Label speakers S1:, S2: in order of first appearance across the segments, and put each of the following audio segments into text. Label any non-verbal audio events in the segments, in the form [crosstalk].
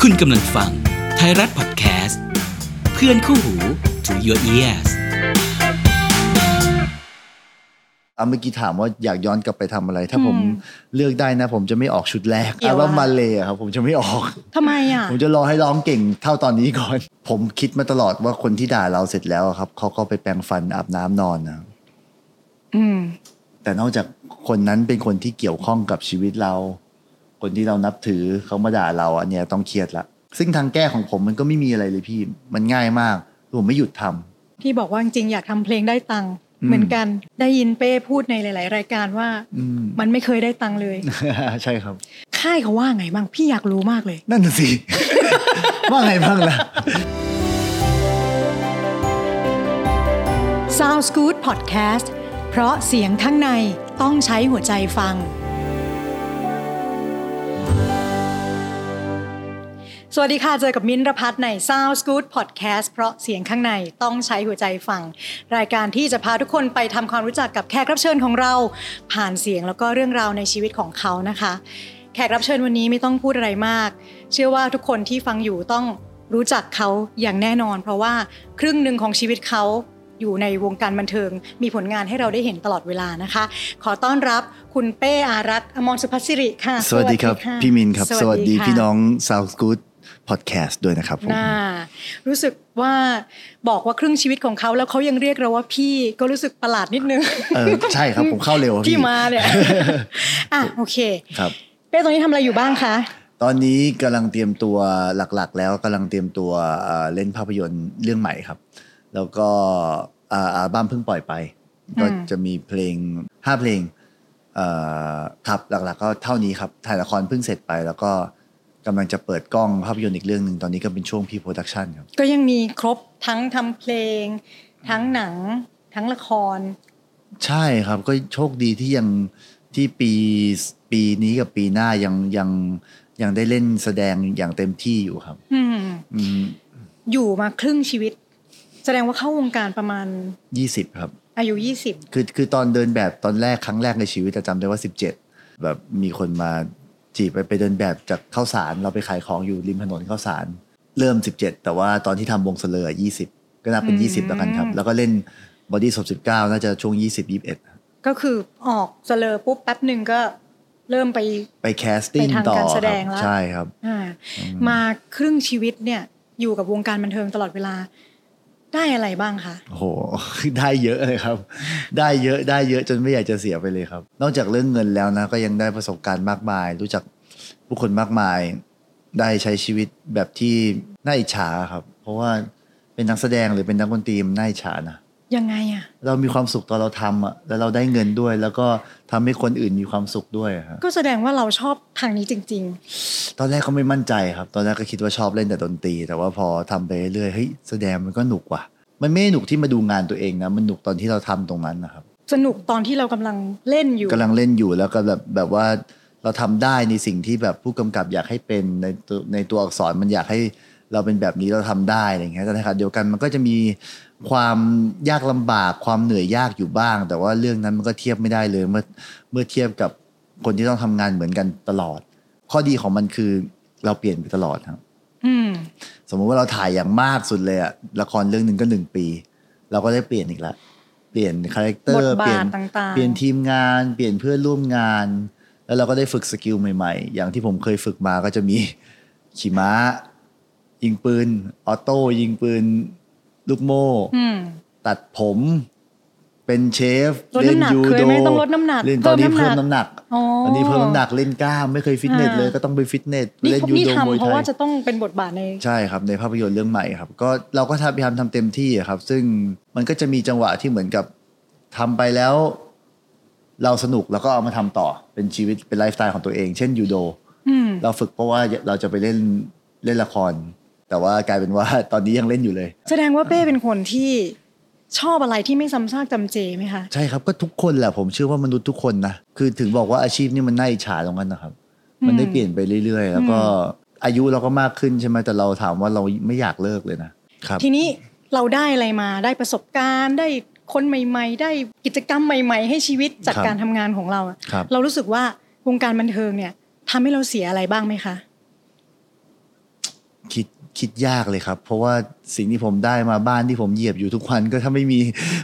S1: คุณกำลังฟังไทยรัฐพอดแคสต์ เพื่อนคู่หู to your ears
S2: อะเมื่อกี้ถามว่าอยากย้อนกลับไปทำอะไร ถ้าผม
S3: อืม
S2: เลือกได้นะ ผมจะไม่ออกชุดแรก
S3: เกี่
S2: อั
S3: ย
S2: ล
S3: ว
S2: บั้ม
S3: อะ
S2: มาเลยอะครับ ผมจะไม่ออก
S3: ทำไมอ่ะ
S2: ผมจะรอให้ร้องเก่งเท่าตอนนี้ก่อน ผมคิดมาตลอดว่าคนที่ด่าเราเสร็จแล้วอะครับเขาก็ไปแปรงฟันอาบน้ำนอนนะ
S3: อืม
S2: แต่นอกจากคนนั้นเป็นคนที่เกี่ยวข้องกับชีวิตเรา คนที่เรานับถือเขามาด่าเราอันเนี้ยต้องเครียดละซึ่งทางแก้ของผมมันก็ไม่มีอะไรเลยพี่ มันง่ายมากผมไม่หยุดทำ
S3: พี่บอกว่าจริงๆอยากทำเพลงได้ตังค์
S2: อืม
S3: เหมือนกันได้ยินเป้พูดในหลาย ๆ รายการว่า
S2: อืม
S3: มันไม่เคยได้ตังค์เลย
S2: [laughs] ใช่ครับ
S3: ค่ายเขาว่าไงบ้างพี่อยากรู้มากเลย
S2: นั่นน่ะสิ [laughs] ว่าไงบ้างล่ะ
S3: Sounds Good Podcast เพราะเสียงข้างในต้องใช้หัวใจฟัง สวัสดีค่ะ เจอกับมิ้นท์รพัฒน์ใน Sounds Good Podcast เพราะเสียงข้างในต้องใช้หัวใจฟัง รายการที่จะพาทุกคนไปทำความรู้จักกับแขกรับเชิญของเรา ผ่านเสียงแล้วก็เรื่องราวในชีวิตของเขานะคะ แขกรับเชิญวันนี้ไม่ต้องพูดอะไรมาก เชื่อว่าทุกคนที่ฟังอยู่ต้องรู้จักเขาอย่างแน่นอน เพราะว่าครึ่งหนึ่งของชีวิตเขาอยู่ในวงการบันเทิง มีผลงานให้เราได้เห็นตลอดเวลานะคะ ขอต้อนรับคุณเป้อารัตน์อมรสุภศิริค่ะ
S2: สวัสดีครับ
S3: ะ
S2: พี่มินครับ สวัสดีพี่
S3: ค่ะ
S2: น้อง South Good Podcast ด้วยนะครับผม
S3: น่ารู้สึกว่าบอกว่าครึ่งชีวิตของเขาแล้วเขายังเรียกเราว่าพี่ก็รู้สึกประหลาดนิดนึง
S2: เออใช่ครับผมเข้าเร็วอะ
S3: ที่
S2: พี่
S3: มา
S2: [laughs]
S3: เนี่ยอ่ะโอเค
S2: ครับ
S3: เป้ตรงนี้ทำอะไรอยู่บ้างคะ
S2: ตอนนี้กำลังเตรียมตัวหลักๆ แล้วกำลังเตรียมตัวเอ่อเล่นภาพยนตร์เรื่องใหม่ครับ แล้วก็เอ่ออัลบั้มเพิ่งปล่อยไป
S3: อืม
S2: ก็จะมีเพลงห้าเพลงเอ่อครับหลักๆ ก็เท่านี้ครับถ่ายละครเพิ่งเสร็จไป แล้วก็กำลังจะเปิดกล้องภาพยนตร์อีกเรื่องหนึ่งตอนนี้ก็เป็นช่วงพีโปรดักชันครับ
S3: ก็ยังมีครบทั้งทำเพลง ทั้งหนัง ทั้งละคร
S2: ใช่ครับก็โชคดีที่ยังที่ปีปีนี้กับปีหน้ายังยังยังได้เล่นแสดงอย่างเต็มที่อยู่ครับ
S3: อืม
S2: อืม
S3: อยู่มาครึ่งชีวิต แสดงว่าเข้าวงการประมาณ
S2: ยี่สิบครับ
S3: อายุยี่สิบ
S2: คือคือตอนเดินแบบตอนแรกครั้งแรกในชีวิตอะจำได้ว่าสิบเจ็ดแบบมีคนมาจีบไปไปเดินแบบจากข้าวสารเราไปขายของอยู่ริมถนนข้าวสารเริ่มสิบเจ็ดแต่ว่าตอนที่ทำวงเสลอยี่สิบก็นับเป็นยี่สิบแล้วกันครับ แล้วก็เล่นบอดี้ศพสิบเก้าน่าจะช่วงยี่สิบยี่สิบเอ็ด
S3: ก็คือออกเสลอปุ๊บแป๊บหนึ่งก็เริ่มไป
S2: ไปแคสติ้ง
S3: ไปทาง
S2: ต่อ
S3: การแส
S2: ค
S3: ด
S2: รับ
S3: งแล้ว
S2: ใช่ครับ
S3: อ่ามาครึ่งชีวิตเนี่ยอยู่กับวงการบันเทิงตลอดเวลา ได้อะไรบ้างคะ
S2: โอ้โห [laughs] ได้เยอะเลยครับ ได้เยอะได้เยอะจนไม่อยากจะเสียไปเลยครับ นอกจากเรื่องเงินแล้วนะ ก็ยังได้ประสบการณ์มากมาย รู้จักผู้คนมากมาย ได้ใช้ชีวิตแบบที่น่าอิจฉาครับ เพราะว่าเป็นนักแสดงหรือเป็นนักดนตรีมันน่าอิจฉานะ
S3: ยังไงอ่ะ
S2: เรามีความสุขตอนเราทำอ่ะแล้วเราได้เงินด้วย แล้วก็ทำให้คนอื่นมีความสุขด้วยอะครับ
S3: ก็แสดงว่าเราชอบทางนี้จริง
S2: ตอนแรกก็ไม่มั่นใจครับ ตอนแรกก็คิดว่าชอบเล่นแต่ดนตรี แต่ว่าพอทำไปเรื่อยๆเฮ้ยแสดงมันก็หนุกว่ะ มันไม่ได้หนุกที่มาดูงานตัวเองนะมันหนุกตอนที่เราทำตรงนั้นนะครับ
S3: ๆ สนุกตอนที่เรากำลังเล่นอยู่
S2: กำลังเล่นอยู่แล้วก็แบบแบบว่าเราทำได้ในสิ่งที่แบบผู้กำกับอยากให้เป็นในตัวในตัวอักษรมันอยากให้เราเป็นแบบนี้เราทำได้อะไรอย่างเงี้ยแต่ในขณะเดียวกันมันก็จะมีความยากลำบากความเหนื่อยยากอยู่บ้าง แต่ว่าเรื่องนั้นมันก็เทียบไม่ได้เลยเมื่อเมื่อเทียบกับคนที่ต้องทำงานเหมือนกันตลอด ข้อดีของมันคือเราเปลี่ยนไปตลอดครับ
S3: อืม
S2: สมมุติว่าเราถ่ายอย่างมากสุดเลยอะละครเรื่องหนึ่งก็หนึ่งปี เราก็ได้เปลี่ยนอีกละเปลี่ยนคาแรคเตอร์
S3: บทบาท
S2: เปลี่ยน
S3: ต่างๆ
S2: เปลี่ยนทีมงาน เปลี่ยนเพื่อนร่วมงาน แล้วเราก็ได้ฝึกสกิลใหม่ๆ อย่างที่ผมเคยฝึกมาก็จะมี [laughs] ขี่ม้า ยิงปืนออโต้ยิงปืน ลูกโม่
S3: อืม
S2: ตัดผมเป็นเชฟ
S3: ลดน้ำหนัก
S2: ยู
S3: เคย
S2: โด
S3: ไหมต้องลดน้ำหนัก
S2: เล่นตอนนี้
S3: เพิ่
S2: เพิ่ม
S3: มน้ำ
S2: น้ำห
S3: หนั
S2: นัก
S3: กอ๋ออั
S2: นนี้เพิ่มน้ำหนักเล่นกล้ามไม่เคยฟิตเนสเลย
S3: อ่า
S2: ก็ต้องไปฟิตเนส
S3: นี่
S2: เล่นยู
S3: นี่
S2: โดมวย
S3: ทำเพ
S2: ไท
S3: ราะ
S2: ย
S3: ว่าจะต้องเป็นบทบาทใน
S2: ใช่ครับในภาพยนตร์เรื่องใหม่ครับ ก็เราก็พยายามทำเต็มที่อะครับ ซึ่งมันก็จะมีจังหวะที่เหมือนกับทำไปแล้ว เราสนุกแล้วก็เอามาทำต่อเป็นชีวิตเป็นไลฟ์สไตล์ของตัวเอง เช่นยูโด
S3: อืม
S2: เราฝึกเพราะว่าเราจะไปเล่นเล่นละคร แต่ว่ากลายเป็นว่า [laughs] ตอนนี้ยังเล่นอยู่เลย
S3: แสดงว่าเป้เป็นคนที่ชอบอะไรที่ไม่ซ้ำซากจำเจไหมคะ
S2: ใช่ครับก็ทุกคนแหละผมเชื่อว่ามนุษย์ทุกคนนะคือถึงบอกว่าอาชีพนี่มันน่าอิจฉาตรงนั้นนะครับ มันได้เปลี่ยนไปเรื่อย ๆ แล้วก็อายุเราก็มากขึ้นใช่ไหมแต่เราถามว่าเราไม่อยากเลิกเลยนะครับ
S3: ทีนี้เราได้อะไรมาได้ประสบการณ์ได้คนใหม่ ๆ ได้กิจกรรมใหม่ ๆ ให้ชีวิตจาก
S2: ครับ
S3: การทำงานของเราอะ
S2: ครับ
S3: เรารู้สึกว่าวงการบันเทิงเนี่ยทำให้เราเสียอะไรบ้างไหมคะ
S2: คิดคิดยากเลยครับ เพราะว่าสิ่งที่ผมได้มาบ้านที่ผมเหยียบอยู่ทุกวัน [laughs] ก็ถ้าไม่มี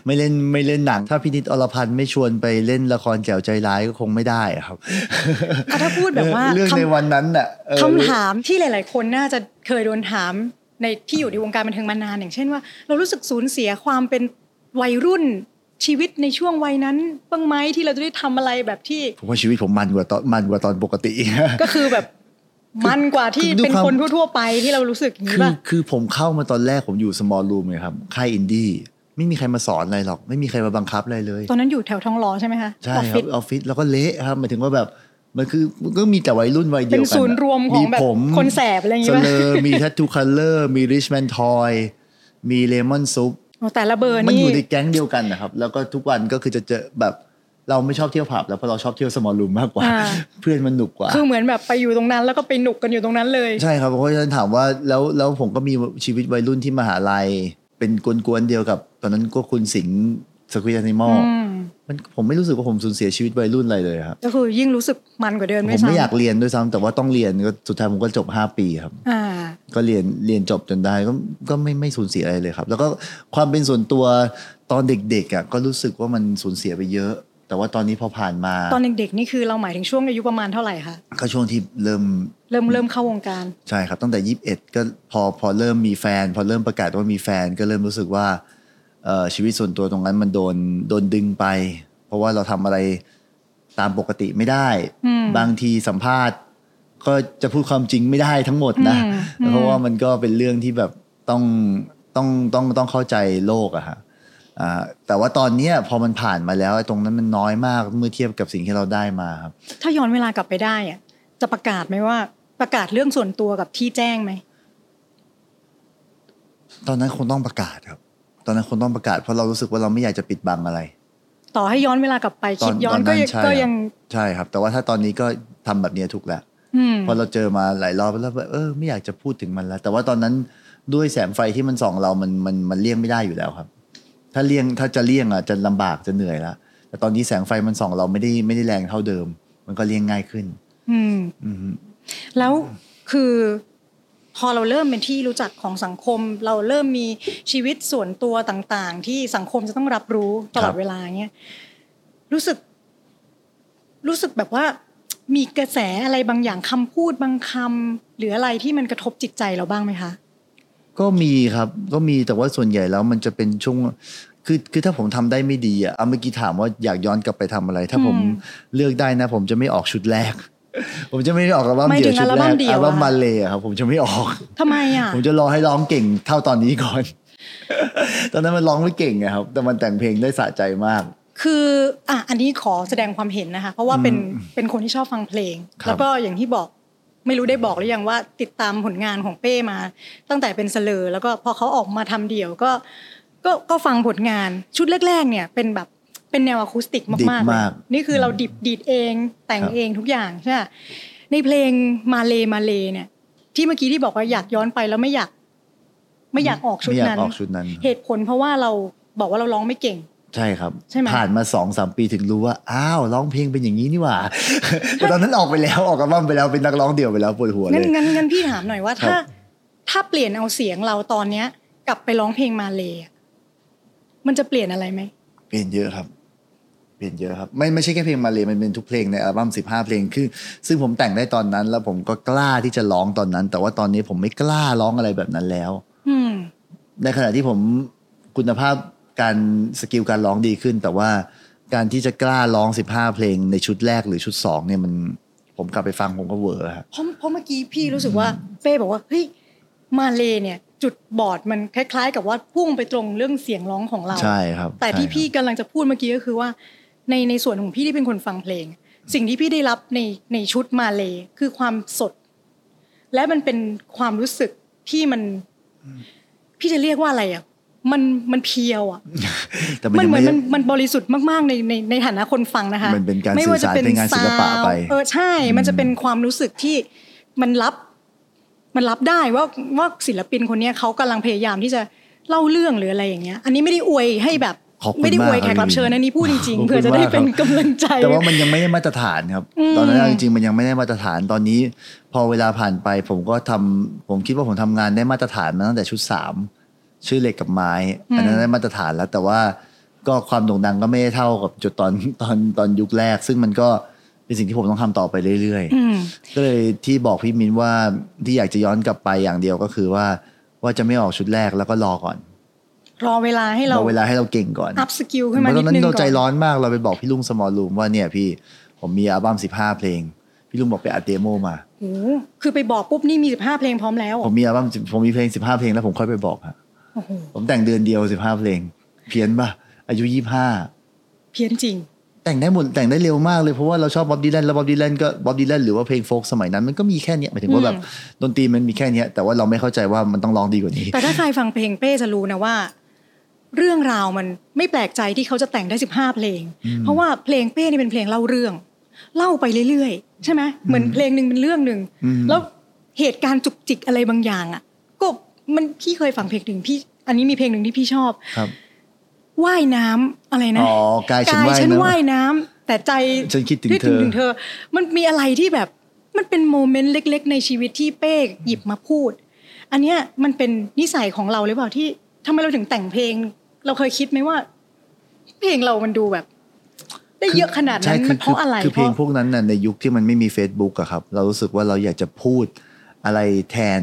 S2: ไม่เล่นไม่เล่นหนัง ถ้าพินิจอรพันธ์ไม่ชวนไปเล่นละครแจ๋วใจร้ายก็คงไม่ได้อะครับ
S3: อ่ะถ้าพูดแบบว่า
S2: เรื่อง
S3: คำ
S2: ในวันนั้นน่ะเออ
S3: คำถามที่หลาย ๆ คนน่าจะเคยโดนถามในที่อยู่ในวงการบันเทิงมานานอย่างเช่นว่า เรารู้สึกสูญเสียความเป็นวัยรุ่นชีวิตในช่วงวัยนั้นบ้างไหมที่เราจะได้ทำอะไรแบบที่
S2: ผมว่าชีวิตผมมันกว่าตอนมันกว่าตอนปกติ
S3: ก็คือแบบมันกว่าที่
S2: คือดู
S3: เป็น
S2: ความ
S3: คนทั่ว ๆ ไปที่เรารู้สึกอย่างนี้
S2: คือ
S3: ป่ะ
S2: คือผมเข้ามาตอนแรกผมอยู่ small room เลยครับค่ายอินดี้ไม่มีใครมาสอนอะไรหรอก ไม่มีใครมาบังคับอะไรเลย
S3: ตอนนั้นอยู่แถวทองหล่อใช่ไหมคะ
S2: ใช่
S3: ออฟ
S2: ครั
S3: ฟิ
S2: บ
S3: ศ
S2: ออฟฟิศแล้วก็เละครับหมายถึงว่าแบบมันคือมันก็มีแต่วัยรุ่นวัยเดียวกัน
S3: เป็นศูนย์รวมของแบบ
S2: ผม
S3: คนแสบอะไรอย่างงี้
S2: ส
S3: ปะ
S2: เลอมีทัตทูคัลเลอร์มีริชแมนทอยมีเลมอนซุป
S3: โอ้แต่ละเบอร์
S2: มัน
S3: นี่
S2: อยู่ในแก๊งเดียวกันนะครับ แล้วก็ทุกวันก็คือจะเจอแบบเราไม่ชอบเที่ยวผับแล้วเพราะเราชอบเที่ยวสมอลรูมมากกว่า
S3: อ่า
S2: เพื่อนมันหนุกกว่า
S3: คือเหมือนแบบไปอยู่ตรงนั้น แล้วก็ไปหนุกกันอยู่ตรงนั้นเลย
S2: ใช่ครับเพราะฉะนั้นถามว่าแล้วแล้วผมก็มีชีวิตวัยรุ่นที่มหาลัย เป็นกวนๆเดียวกับ ตอนนั้นก็คุณสิงห์สควิตแอนิมอล
S3: อืม
S2: มันผมไม่รู้สึกว่าผมสูญเสียชีวิตวัยรุ่นอะไรเลยครับ
S3: ก็คือยิ่งรู้สึกมันกว่าเดิม
S2: ผ
S3: ไม่
S2: ม
S3: ซ้ำ
S2: ไม่อยากเรียนด้วยซ้ำแต่ว่าต้องเรียนก็สุดท้ายผมก็จบ 5 ปีครับ
S3: อ่า
S2: ก็เรียนเรียนจบจนได้ก็ก็ไม่ไม่สูญเสียอะไรเลยครับ แล้วก็ความเป็นส่วนตัวตอนเด็กๆอ่ะก็รู้สึกว่ามันสูญเสียไปเยอะ แต่ว่าตอนนี้พอผ่านมา
S3: ตอนเด็ก ๆ นี่คือเราหมายถึงช่วงอายุประมาณเท่าไหร่คะ
S2: ก็ช่วงที่เริ่ม
S3: เริ่มเริ่มเข้าวงการ
S2: ใช่ครับ ตั้งแต่ยีิบเอ็ดก็พอพอเริ่มมีแฟน พอเริ่มประกาศว่ามีแฟนก็เริ่มรู้สึกว่าเอ่อชีวิตส่วนตัวตรงนั้นมันโดนโดนดึงไป เพราะว่าเราทำอะไรตามปกติไม่ได้
S3: อืม
S2: บางทีสัมภาษณ์ ก็จะพูดความจริงไม่ได้ทั้งหมดนะ
S3: อืมอืม
S2: เพราะว่ามันก็เป็นเรื่องที่แบบต้องต้องต้องต้องเข้าใจโลกอะฮะอ่าแต่ว่าตอนเนี้ยพอมันผ่านมาแล้วไอ้ตรงนั้นมันน้อยมากเมื่อเทียบกับสิ่งที่เราได้มาครับ
S3: ถ้าย้อนเวลากลับไปได้อะจะประกาศไหมว่าประกาศเรื่องส่วนตัวกับที่แจ้งไหม
S2: ตอนนั้นคงต้องประกาศครับ ตอนนั้นคงต้องประกาศเพราะเรารู้สึกว่าเราไม่อยากจะปิดบังอะไร
S3: ต่อให้ย้อนเวลากลับไป
S2: ต
S3: คิ
S2: อน
S3: ดย้อ
S2: ต
S3: น
S2: อน
S3: ก็
S2: นั้น
S3: ยัง
S2: ใช่ค
S3: ก็
S2: รับ
S3: ยัง
S2: ใช่ครับ แต่ว่าถ้าตอนนี้ก็ทำแบบเนี้ยถูกแล้ว
S3: อืม
S2: พอเราเจอมาหลายรอบแล้วแบบเออไม่อยากจะพูดถึงมันแล้ว แต่ว่าตอนนั้นด้วยแสงไฟที่มันส่องเรามันมันมันเลี่ยงไม่ได้อยู่แล้วครับ ถ้าเลี่ยงถ้าจะเลี่ยงอ่ะจะลำบากจะเหนื่อยละแต่ตอนนี้แสงไฟมันส่องเราไม่ได้ไม่ได้แรงเท่าเดิม มันก็เลี่ยงง่ายขึ้น
S3: อืม
S2: อือฮึ
S3: แล้วคือ พอเราเริ่มเป็นที่รู้จักของสังคม เราเริ่มมีชีวิตส่วนตัวต่างๆ ที่สังคมจะต้องรับรู้ต
S2: ค
S3: ลอ
S2: รั
S3: ด
S2: บ
S3: เวลาเนี้ยรู้สึก รู้สึกแบบว่า มีกระแสอะไรบางอย่างคำพูดบางคำหรืออะไรที่มันกระทบจิตใจเราบ้างไหมคะ
S2: ก็มีครับก็มีแต่ว่าส่วนใหญ่แล้วมันจะเป็นช่วงคือคือถ้าผมทำได้ไม่ดีอ่ะเอาเมื่อกี้ถามว่าอยากย้อนกลับไปทำอะไร ถ้าผม
S3: อืม
S2: เลือกได้นะ ผมจะไม่ออกชุดแรก [laughs] ผมจะไม่ได้ออกอัลบั้ม
S3: หมาย
S2: เดี่
S3: ถึ
S2: ยวชุ
S3: ง
S2: ด
S3: อัล
S2: แร
S3: บั้
S2: ก
S3: มเดี่ยว
S2: อัลบั้ม
S3: อะ
S2: มาเลยอะครับผมจะไม่ออก
S3: ทำไมอ่ะ
S2: ผมจะรอให้ร้องเก่งเท่าตอนนี้ก่อน [laughs] ตอนนั้นมันร้องไม่เก่งไงครับ แต่มันแต่งเพลงได้สะใจมาก
S3: คืออ่ะอันนี้ขอแสดงความเห็นนะคะ เพราะว่าเป็นเป็นคนที่ชอบฟังเพลง
S2: ครับ
S3: แล้วก็อย่างที่บอกไม่รู้ได้บอกหรือยังว่าติดตามผลงานของเป้มา ตั้งแต่เป็นเสลอแล้วก็พอเขาออกมาทำเดี่ยวก็ก็ก็ฟังผลงานชุดแรก ๆ เนี่ยเป็นแบบเป็นแนวอะคูสติกมาก
S2: ดิบ
S3: ๆเลย
S2: มาก
S3: นี่คือเราดิบดีดเองแต่งเองทุกอย่างใช่ไหมในเพลงมาเลมาเลเนี่ย ที่เมื่อกี้ที่บอกว่าอยากย้อนไปแล้วไม่อยาก ไม่อยากออกชุด
S2: ไม่อยาก
S3: นั้น
S2: ออกชุดนั้น
S3: เหตุผลเพราะว่าเราบอกว่าเราร้องไม่เก่ง
S2: ใช่ครับ
S3: ใช่ไหม
S2: ผ่านมาสองสามปีถึงรู้ว่า อ้าวร้องเพลงเป็นอย่างนี้นี่หว่า [laughs] แต่ตอนนั้นออกไปแล้วออกอัลบั้มไปแล้วเป็นนักร้องเดี่ยวไปแล้วปวดหัวเล
S3: งั้น
S2: ย
S3: งั้นงั้นพี่ถามหน่อยว่า
S2: ครับ
S3: ถ้าถ้าเปลี่ยนเอาเสียงเราตอนเนี้ย กลับไปร้องเพลงมาเลยอะมันจะเปลี่ยนอะไรไหม
S2: เปลี่ยนเยอะครับ เปลี่ยนเยอะครับ ไม่ไม่ใช่แค่เพลงมาเลยมันเป็นทุกเพลงในอัลบั้ม15 เพลงคือ ซึ่งผมแต่งได้ตอนนั้น แล้วผมก็กล้าที่จะร้องตอนนั้น แต่ว่าตอนนี้ผมไม่กล้าร้องอะไรแบบนั้นแล้ว
S3: อืม
S2: ในขณะที่ผมคุณภาพการสกิลการร้องดีขึ้น แต่ว่าการที่จะกล้าร้อง 15 เพลงในชุดแรกหรือชุด 2 เนี่ยมันผมกลับไปฟังผมก็เวอร์ฮะ
S3: เพราะเพราะเมื่อกี้พี่รู้สึกว่าเป้บอกว่าเฮ้ยมาเลเนี่ย จุดบอดมันคล้าย ๆ กับว่าพุ่งไปตรงเรื่องเสียงร้องของเรา
S2: ใช่ครับ
S3: แต่ที่
S2: ใช่ครับ
S3: พี่กำลังจะพูดเมื่อกี้ก็คือว่า ในในส่วนของพี่ที่เป็นคนฟังเพลง สิ่งที่พี่ได้รับในในชุดมาเลยคือความสด และมันเป็นความรู้สึกที่มัน พี่จะเรียกว่าอะไรอ่ะมันมันเพียวอ่ะ
S2: [laughs] แต่มัน
S3: มัน
S2: ยัง
S3: เห
S2: ไม่ได้
S3: มือนมันมันบริสุทธิ์มากๆในในในฐานะคนฟังนะคะ
S2: มันเป็นการ
S3: ไม่ว่
S2: สื่อ
S3: จะ
S2: สารเป็นงานศิลปะไป
S3: ซาวด์เออใช่ มันจะเป็นความรู้สึกที่มันรับ มันรับได้ว่าว่าศิลปินคนเนี้ยเขากำลังพยายามที่จะเล่าเรื่องหรืออะไรอย่างเงี้ย อันนี้ไม่ได้อวยให้แบบ
S2: ขอบคุณมาก
S3: ไม่ได้อวยแขกรับเชิญนะนี่พูดจริงๆเพื่อจะได้เป็นกำลังใจ
S2: แต่ว่ามันยังไม่ได้มาตรฐานครับ
S3: อืม
S2: ตอนนั้นเอาจริงๆมันยังไม่ได้มาตรฐานตอนนี้ พอเวลาผ่านไป ผมก็ทำผมคิดว่าผมทำงานได้มาตรฐานมาตั้งแต่ชุดสามชื่อเหล็กกับไม้อันนั้นได้มาตรฐานแล้ว แต่ว่าก็ความโด่งดังก็ไม่ได้เท่ากับจุดตอนตอนตอนยุคแรก ซึ่งมันก็เป็นสิ่งที่ผมต้องทำต่อไปเรื่อยๆ
S3: อืม
S2: ก็เลยที่บอกพี่มินว่าที่อยากจะย้อนกลับไปอย่างเดียวก็คือว่า ว่าจะไม่ออกชุดแรกแล้วก็รอก่อน
S3: รอเวลาให้เรา
S2: อเวลาให้เราเก่งก่อน
S3: อัพสกิลขึ้นมา
S2: เพราะตอน
S3: นิด
S2: นั้
S3: นึง
S2: นเรา
S3: ก่
S2: ใจ
S3: อน
S2: ร้อนมากเราไปบอกพี่ลุงสมอลรูมว่าเนี่ยพี่ผมมีอัลบั้ม15 เพลง พี่ลุงบอกไปอัดเดโมมา
S3: โอ้โหคือไปบอกปุ๊บนี่มี 15 เพลงพร้อมแล้ว
S2: ผมมีอัลบั้มผมมีเพลง 15 เพลงแล้วผมค่อยไปบอกฮะ
S3: โอ้โห
S2: ผมแต่งเดือนเดียว 15 เพลง เพี้ยนป่ะอายุ 25
S3: เพี้ยนจริง
S2: แต่งได้หมดแต่งได้เร็วมากเลยเพราะว่าเราชอบบ๊อบดีแลนแล้วบ๊อบดีแลนก็บ๊อบดีแลนหรือว่าเพลงโฟกสมัยนั้นมันก็มีแค่เนี้ยหมายถึงว่าแบบดนตรีมันมีแค่เนี้ยแต่ว่าเราไม่เข้าใจว่ามันต้องร้องดีกว่านี้
S3: แต่ถ้าใครฟังเพลงเป้จะรู้นะว่า เรื่องราวมันไม่แปลกใจที่เขาจะแต่งได้ 15 เพลง เพราะว่าเพลงเป้นี่เป็นเพลงเล่าเรื่อง เล่าไปเรื่อยๆ ใช่ไหมเหมือนเพลงหนึ่งเป็นเรื่องหนึ่ง
S2: อืม
S3: แล้วเหตุการณ์จุกจิกอะไรบางอย่างอ่ะก็มันพี่เคยฟังเพลงหนึ่งพี่ อันนี้มีเพลงหนึ่งที่พี่ชอบ
S2: ครับ
S3: ว่ายน้ำอะไรนะ
S2: อ๋อกายฉันว่าย
S3: ฉัน
S2: น้ำ
S3: ว่ายน้ำแต่ใจ
S2: ฉันคิดถึงเธอ
S3: ถึงเธอ มันมีอะไรที่แบบ มันเป็นโมเมนต์เล็ก ๆ ในชีวิตที่เป้หยิบมาพูด อันเนี้ยมันเป็นนิสัยของเราหรือเปล่าที่ทำไมเราถึงแต่งเพลง เราเคยคิดไหมว่า เพลงเรามันดูแบบ ได้เยอะขนาด
S2: ใช่
S3: นั้น
S2: คื
S3: มันเพราะอะไร
S2: คือ
S3: เพ
S2: เพล
S3: ราะ
S2: งพวกนั้นน่ะในยุคที่มันไม่มี Facebook อะครับ เรารู้สึกว่าเราอยากจะพูดอะไรแทน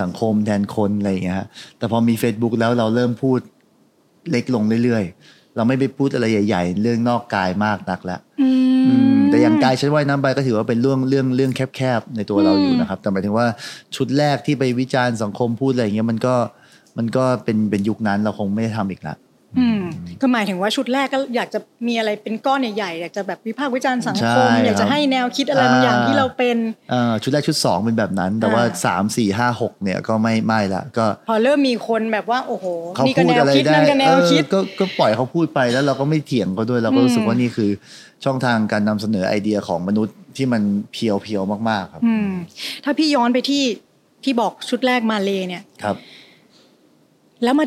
S2: สังคมแทนคนอะไรอย่างเงี้ยฮะแต่พอมี Facebook แล้วเราเริ่มพูดเล็กลงเรื่อยๆ เราไม่ไปพูดอะไรใหญ่ ๆ เรื่องนอกกายมากนักแล้วอืมแต่อย่างกายฉันว่ายน้ำไปก็ถือว่าเป็นเรื่องเรื่องเรื่องแคบๆในตัวเราอยู่นะครับ แต่หมายถึงว่าชุดแรกที่ไปวิจารณ์สังคมพูดอะไรอย่างเงี้ยมันก็มันก็เป็นเป็นยุคนั้นเราคงไม่ได้ทำอีกละ
S3: อืมก็หมายถึงว่าชุดแรกก็อยากจะมีอะไรเป็นก้อนใหญ่ๆอยากจะแบบวิพากษ์วิจารณ์สังคม
S2: ใช่
S3: อยากจะ
S2: ครับ
S3: ให้แนวคิดอะไรบางอย่างที่
S2: อ่า
S3: เราเป็น
S2: เอ่อชุดแรกชุดสองเป็นแบบนั้น แต่ว่า
S3: อ่า
S2: สามสี่ห้าหกเนี่ยก็ไม่ไม่ละก็
S3: พอเริ่มมีคนแบบว่า โอ้โห
S2: เขา
S3: นี่ก็
S2: พูด
S3: แนว
S2: อะไร
S3: คิด
S2: ได้
S3: นั่นก็แน
S2: เอ
S3: ว
S2: อ
S3: คิด
S2: ก็ก็ปล่อยเขาพูดไปแล้วเราก็ไม่เถียงเขาด้วยเราก็รู้สึก
S3: อืม
S2: ว่านี่คือช่องทางการนำเสนอไอเดียของมนุษย์ที่มันเพียวเพียวๆมากๆครับ
S3: อืม ถ้าพี่ย้อนไปที่พี่บอกชุดแรกมาเลเนี่ย
S2: ครับ
S3: แล้วมา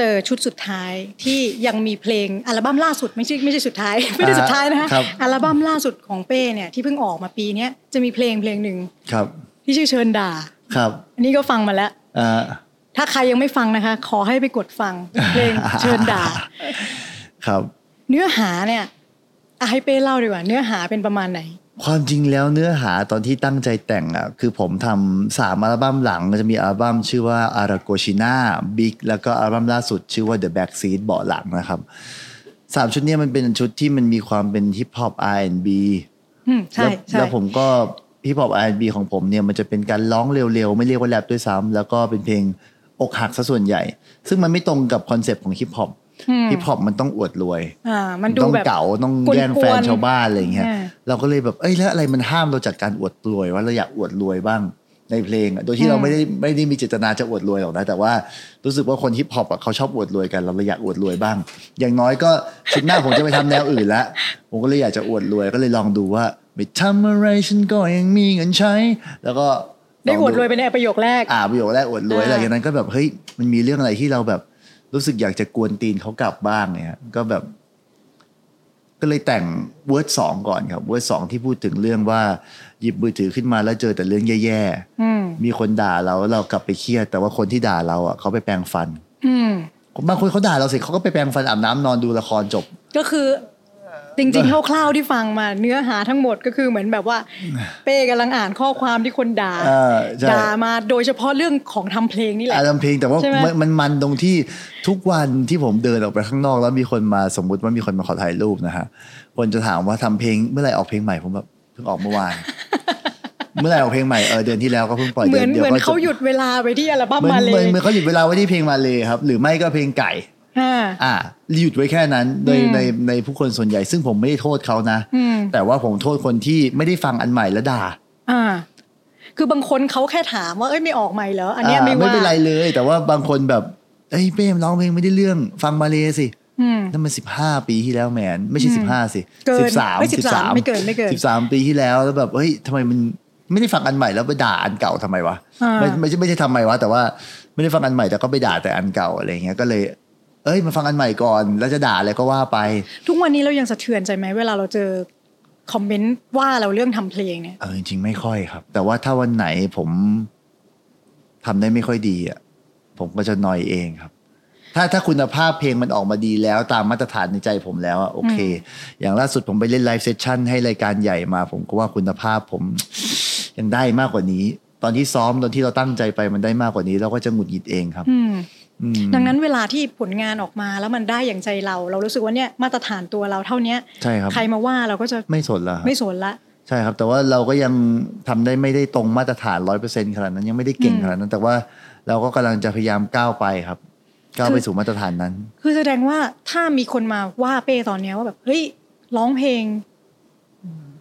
S3: เจอชุดสุดท้ายที่ยังมีเพลงอัลบั้มล่าสุดไม่ใช่ไม่ใช่สุดท้าย [laughs] ไม่ได้สุดท้ายนะฮะ
S2: ครับ
S3: อัลบั้มล่าสุดของเป้เนี่ยที่เพิ่งออกมาปีเนี้ยจะมีเพลงเพลงหนึ่ง
S2: ครับ
S3: ที่ชื่อเชิญด่า
S2: ครับ
S3: อันนี้ก็ฟังมาแล้ว
S2: เอ่อ
S3: ถ้าใครยังไม่ฟังนะคะ ขอให้ไปกดฟังเพล
S2: [laughs]
S3: งเชิญด่า
S2: ครับ
S3: เนื้อหาเนี่ยอ่ะให้เป้เล่าดีกว่า เนื้อหาเป็นประมาณไหน
S2: ความจริงแล้วเนื้อหาตอนที่ตั้งใจแต่งอ่ะคือผมทำสามอัลบั้มหลังจะมีอัลบั้มชื่อว่าอาราโกชิน่าบิ๊กแล้วก็อัลบั้มล่าสุดชื่อว่า The Back Seat เบาะหลังนะครับสามชุดเนี้ยมันเป็นชุดที่มันมีความเป็นฮิปฮอป R&B
S3: อืมใช่
S2: แล้ว
S3: ใช่
S2: แล้วผมก็ฮิปฮอป R&B ของผมเนี่ยมันจะเป็นการร้องเร็วๆ ไม่เรียกว่าแรปด้วยซ้ำแล้วก็เป็นเพลงอกหักซะส่วนใหญ่ ซึ่งมันไม่ตรงกับคอนเซปต์ของฮิปฮอป
S3: อืม
S2: ฮิปฮอปมันต้องอวดรวย
S3: อ่า มันดู
S2: ต้อง
S3: แบบ
S2: เก๋าต้อง
S3: กวนๆ
S2: แย่งแฟนชาวบ้านอะไรอย่างเงี้ย
S3: อ่า
S2: เราก็เลยแบบเอ้ยแล้วอะไรมันห้ามเราจากการอวดรวยว่าเราอยากอวดรวยบ้างในเพลงอะโดยที่
S3: อืม
S2: เราไม่ได้ไม่ได้มีเจตนาจะอวดรวยหรอกนะแต่ว่ารู้สึกว่าคนฮิปฮอปอะเขาชอบอวดรวยกันเราเลยอยากอวดรวยบ้าง อย่างน้อยก็ชุดหน้า ผมจะไปทำแนวอื่นละผมก็เลยอยากจะอวดรวยก็เลยลองดูว่าไปทำอะไรฉันก็ยังมีเงินใช้ แล้วก็ล
S3: ได้
S2: ง
S3: อวดรวยเป็นไอประโยคแรก
S2: อ่าประโยคแรกอวดรวย
S3: อ่า
S2: หลังจากนั้นก็แบบเฮ้ยมันมีเรื่องอะไรที่เราแบบรู้สึกอยากจะกวนตีนเขากลับบ้างเนี่ยก็แบบ ก็เลยแต่งเวิร์ดสองก่อนครับเวิร์ดสองที่พูดถึงเรื่องว่าหยิบมือถือขึ้นมาแล้วเจอแต่เรื่องแย่
S3: อืม
S2: ๆ มีคนด่าเราแล้วเรากลับไปเครียด แต่ว่าคนที่ด่าเราอ่ะเขาไปแปรงฟัน
S3: อืม
S2: บางคนเขาด่าเราเสร็จเขาก็ไปแปรงฟันอาบน้ำนอนดูละครจบ
S3: ก็คือจริงๆคร่าวๆที่ฟังมา เนื้อหาทั้งหมดก็คือเหมือนแบบว่า
S2: [laughs]
S3: เป้กำลังอ่านข้อความที่คนด่า
S2: เออใช่
S3: ด่ามาโดยเฉพาะเรื่องของทำเพลงนี่แห
S2: [laughs]
S3: ละ
S2: อาทำเพลงแต่ว่า
S3: ใช่ไหม
S2: มันมันมันตรงที่ทุกวันที่ผมเดินออกไปข้างนอก แล้วมีคนมาสมมุติว่ามีคนมาขอถ่ายรูปนะฮะคนจะถามว่าทำเพลงเมื่อไหร่ออกเพลงใหม่ผมแบบเพิ่งออกเมื่อวาน [laughs] เมื่อไหร่ออกเพลงใหม่เออเดือนที่แล้วก็เพิ่งปล่อย
S3: เหมือน
S2: ดื
S3: เหมือน
S2: ก็จะ
S3: เขาหยุดเวลาไปที่อัลบั้ม
S2: เหมือน
S3: มาเล
S2: เหมือย นเหมือนเขาหยุดเวลาไว้ที่เพลงมาเลยครับ หรือไม่ก็เพลงไก่
S3: อ่า
S2: อ่าหยุดไว้แค่นั้นใน
S3: อืม
S2: ในในผู้คนส่วนใหญ่ ซึ่งผมไม่ได้โทษเขานะ
S3: อืม
S2: แต่ว่าผมโทษคนที่ไม่ได้ฟังอันใหม่แล้วด่า
S3: อ่า คือบางคนเขาแค่ถามว่าเอ้ยไม่ออกใหม่เหรออันเนี้ยไม่
S2: อ่า
S3: ว่า
S2: เป็นไรเลย แต่ว่าบางคนแบบเอ้ยเป้มร้องเพลงไม่ได้เรื่องฟังมาเลยสิ
S3: อืม
S2: นั่นมันสิบห้าปีที่แล้วแหมนไม่ใช่สิบห้าสิ
S3: เกิน
S2: สิบสาม
S3: เอ้ย13ไม่เกินไม่เกิน
S2: สิบสามปีที่แล้วแล้วแบบเฮ้ยทำไมมันไม่ได้ฟังอันใหม่แล้วไปด่าอันเก่าทำไมวะ
S3: อ่า
S2: ไม่ไม่ใช่ไม่ใช่ทำไมวะแต่ว่าไม่ได้ฟังอันใหม่แต่ก็ไปด่าแต่อันเก่าอะไรเงี้ยก็เลย เอ้ยมาฟังอันใหม่ก่อนแล้วจะด่าอะไรก็ว่าไป
S3: ทุกวันนี้เรายังสะเทือนใจไหมเวลาเราเจอคอมเมนต์ว่าเราเรื่องทำเพลงเนี่ย
S2: เออจริงๆไม่ค่อยครับ แต่ว่าถ้าวันไหนผมทำได้ไม่ค่อยดีอ่ะผมก็จะนอยเองครับ ถ้าถ้าคุณภาพเพลงมันออกมาดีแล้วตามมาตรฐานในใจผมแล้วอะโอเค อย่างล่าสุดผมไปเล่นไลฟ์เซสชั่นให้รายการใหญ่มา ผมก็ว่าคุณภาพผม ยังได้มากกว่านี้ ตอนที่ซ้อมตอนที่เราตั้งใจไปมันได้มากกว่านี้ เราก็จะหงุดหงิดเองครับ
S3: อืม
S2: อืม
S3: ดังนั้นเวลาที่ผลงานออกมาแล้วมันได้อย่างใจเรา เรารู้สึกว่าเนี่ยมาตรฐานตัวเราเท่าเนี้ย
S2: ใช่ครับ
S3: ใครมาว่าเราก็จะ
S2: ไม่สนแล้วครับ
S3: ไม่สนละ
S2: ใช่ครับ แต่ว่าเราก็ยังทำได้ไม่ได้ตรงมาตรฐานร้อยเปอร์เซ็นขนาดนั้นยังไม่ได้เก่ง
S3: อืม
S2: ขนาดนั้น แต่ว่าเราก็กำลังจะพยายามก้าวไปครับก้าวไปสู่มาตรฐานนั้น
S3: คือแสดงว่าถ้ามีคนมาว่าเป้ตอนเนี้ยว่าแบบเฮ้ยร้องเพลง